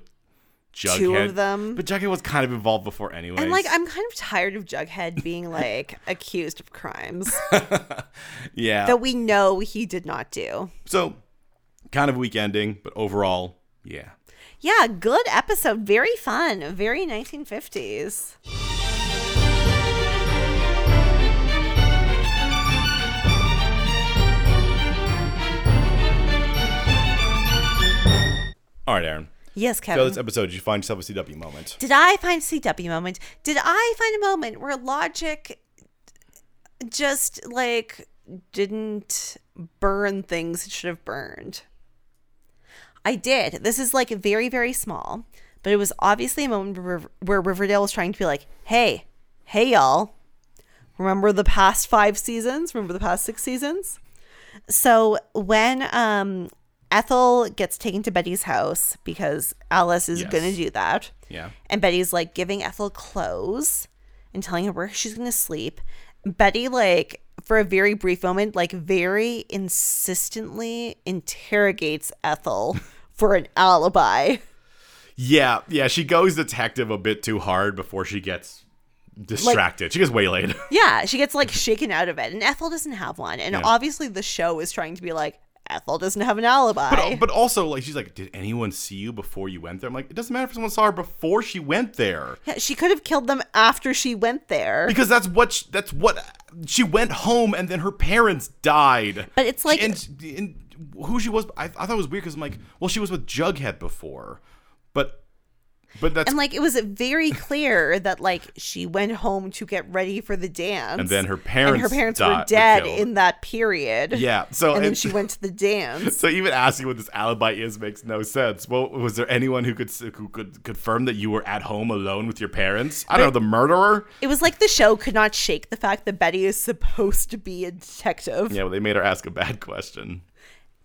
A: Jughead.
B: them.
A: but Jughead was kind of involved before anyway.
B: and like, I'm kind of tired of Jughead being like accused of crimes
A: yeah.
B: that we know he did not do.
A: so kind of weak ending, but overall, yeah.
B: Yeah, good episode. Very fun. Very 1950s.
A: All right, Aaron.
B: Yes, Kevin.
A: Go to this episode. Did you find yourself a CW moment?
B: Did I find CW moment? Did I find a moment where logic just like didn't burn things it should have burned? I did. This is like very very small, but it was obviously a moment where, Riv- where Riverdale was trying to be like, "Hey, hey y'all, remember the past 5 seasons? Remember the past 6 seasons?" So when um Ethel gets taken to Betty's house because Alice is
A: Yes.
B: going to do that.
A: Yeah.
B: And Betty's like giving Ethel clothes and telling her where she's going to sleep. Betty, like, for a very brief moment, like, very insistently interrogates Ethel for an alibi.
A: Yeah, yeah. She goes detective a bit too hard before she gets distracted. she gets waylaid.
B: Yeah, she gets like shaken out of it, and Ethel doesn't have one. And
A: Yeah.
B: obviously, the show is trying to be like, Ethel doesn't have an alibi.
A: But, but also, like, she's like, did anyone see you before you went there? I'm like, it doesn't matter if someone saw her before she went there,
B: Yeah, she could have killed them after she went there.
A: because that's what she, that's what she went home, and then her parents died.
B: But it's like-
A: and, and who she was, I, I thought it was weird because I'm like, well, she was with Jughead before, but but that's
B: and
A: and,
B: like it was very clear that like she went home to get ready for the dance
A: then her
B: and
A: parents
B: her parents
A: di-
B: were dead
A: killed.
B: in that period
A: yeah. So
B: and then
A: it-
B: she went to the dance
A: So even asking what this alibi is makes no sense. Well, was there anyone who could who could confirm that you were at home alone with your parents? I don't know, the murderer.
B: it was like the show could not shake the fact that betty is supposed to be a detective
A: Yeah, well, they made her ask a bad question.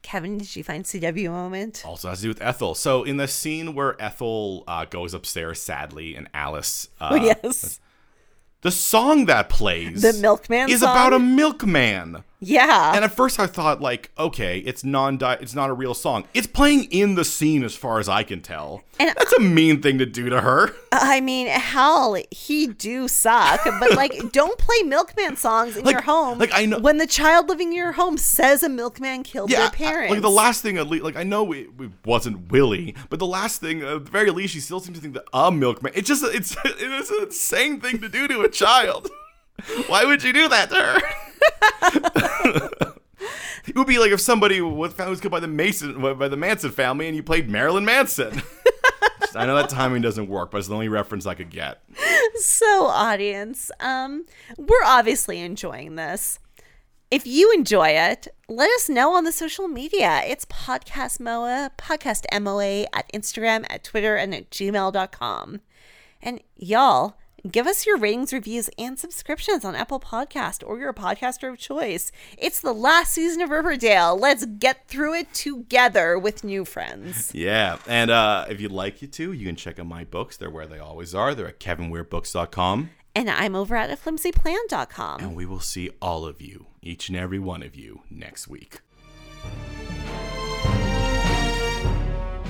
B: kevin did you find cw moment
A: Also has to do with Ethel. So in the scene where Ethel uh, goes upstairs sadly, and Alice, uh,
B: oh yes
A: the song that plays,
B: The milkman
A: is about a
B: song?
A: milkman.
B: yeah
A: And at first I thought like, okay, it's non it's not a real song. It's playing in the scene as far as I can tell.
B: And-
A: That's a mean thing to do to her.
B: i mean hell he do suck but like don't play milkman songs in
A: Like-
B: your home
A: like, I know-
B: when the child living in your home says a milkman killed
A: yeah,
B: their parents
A: Like the last thing, at least, like I know it, it wasn't Willie, but the last thing, at the very least, she still seems to think that a milkman. It's just, it's, it's an insane thing to do to a child. Why would you do that to her? it would be like if somebody was found was killed by the Mason by the Manson family, and you played Marilyn Manson. I know that timing doesn't work, but it's the only reference I could get.
B: So, audience, um, we're obviously enjoying this. If you enjoy it, let us know on the social media. It's podcast MOA, podcast MOA at Instagram, at Twitter, and at gmail.com. And y'all, give us your ratings, reviews, and subscriptions on Apple Podcast or your podcaster of choice. It's the last season of Riverdale. Let's get through it together with new friends.
A: Yeah, and uh, if you'd like you to, you can check out my books. They're where they always are. They're at kevinweirdbooks.com.
B: And I'm over at a flimsyplan.com.
A: And we will see all of you, each and every one of you, next week.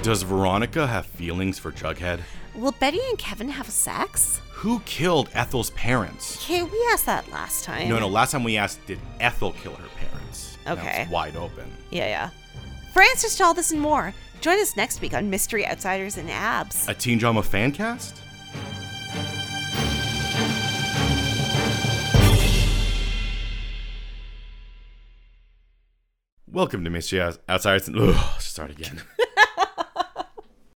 A: Does Veronica have feelings for Jughead?
B: Will Betty and Kevin have sex?
A: Who killed Ethel's parents?
B: Okay, we asked that last time.
A: No, no, last time we asked, did Ethel kill her parents? Now it's
B: Okay.
A: wide open.
B: Yeah, yeah. For answers to all this and more, join us next week on Mystery Outsiders and Abs.
A: A teen drama fan cast? Welcome to Mystery Outs- Outsiders. and- Ugh, start again.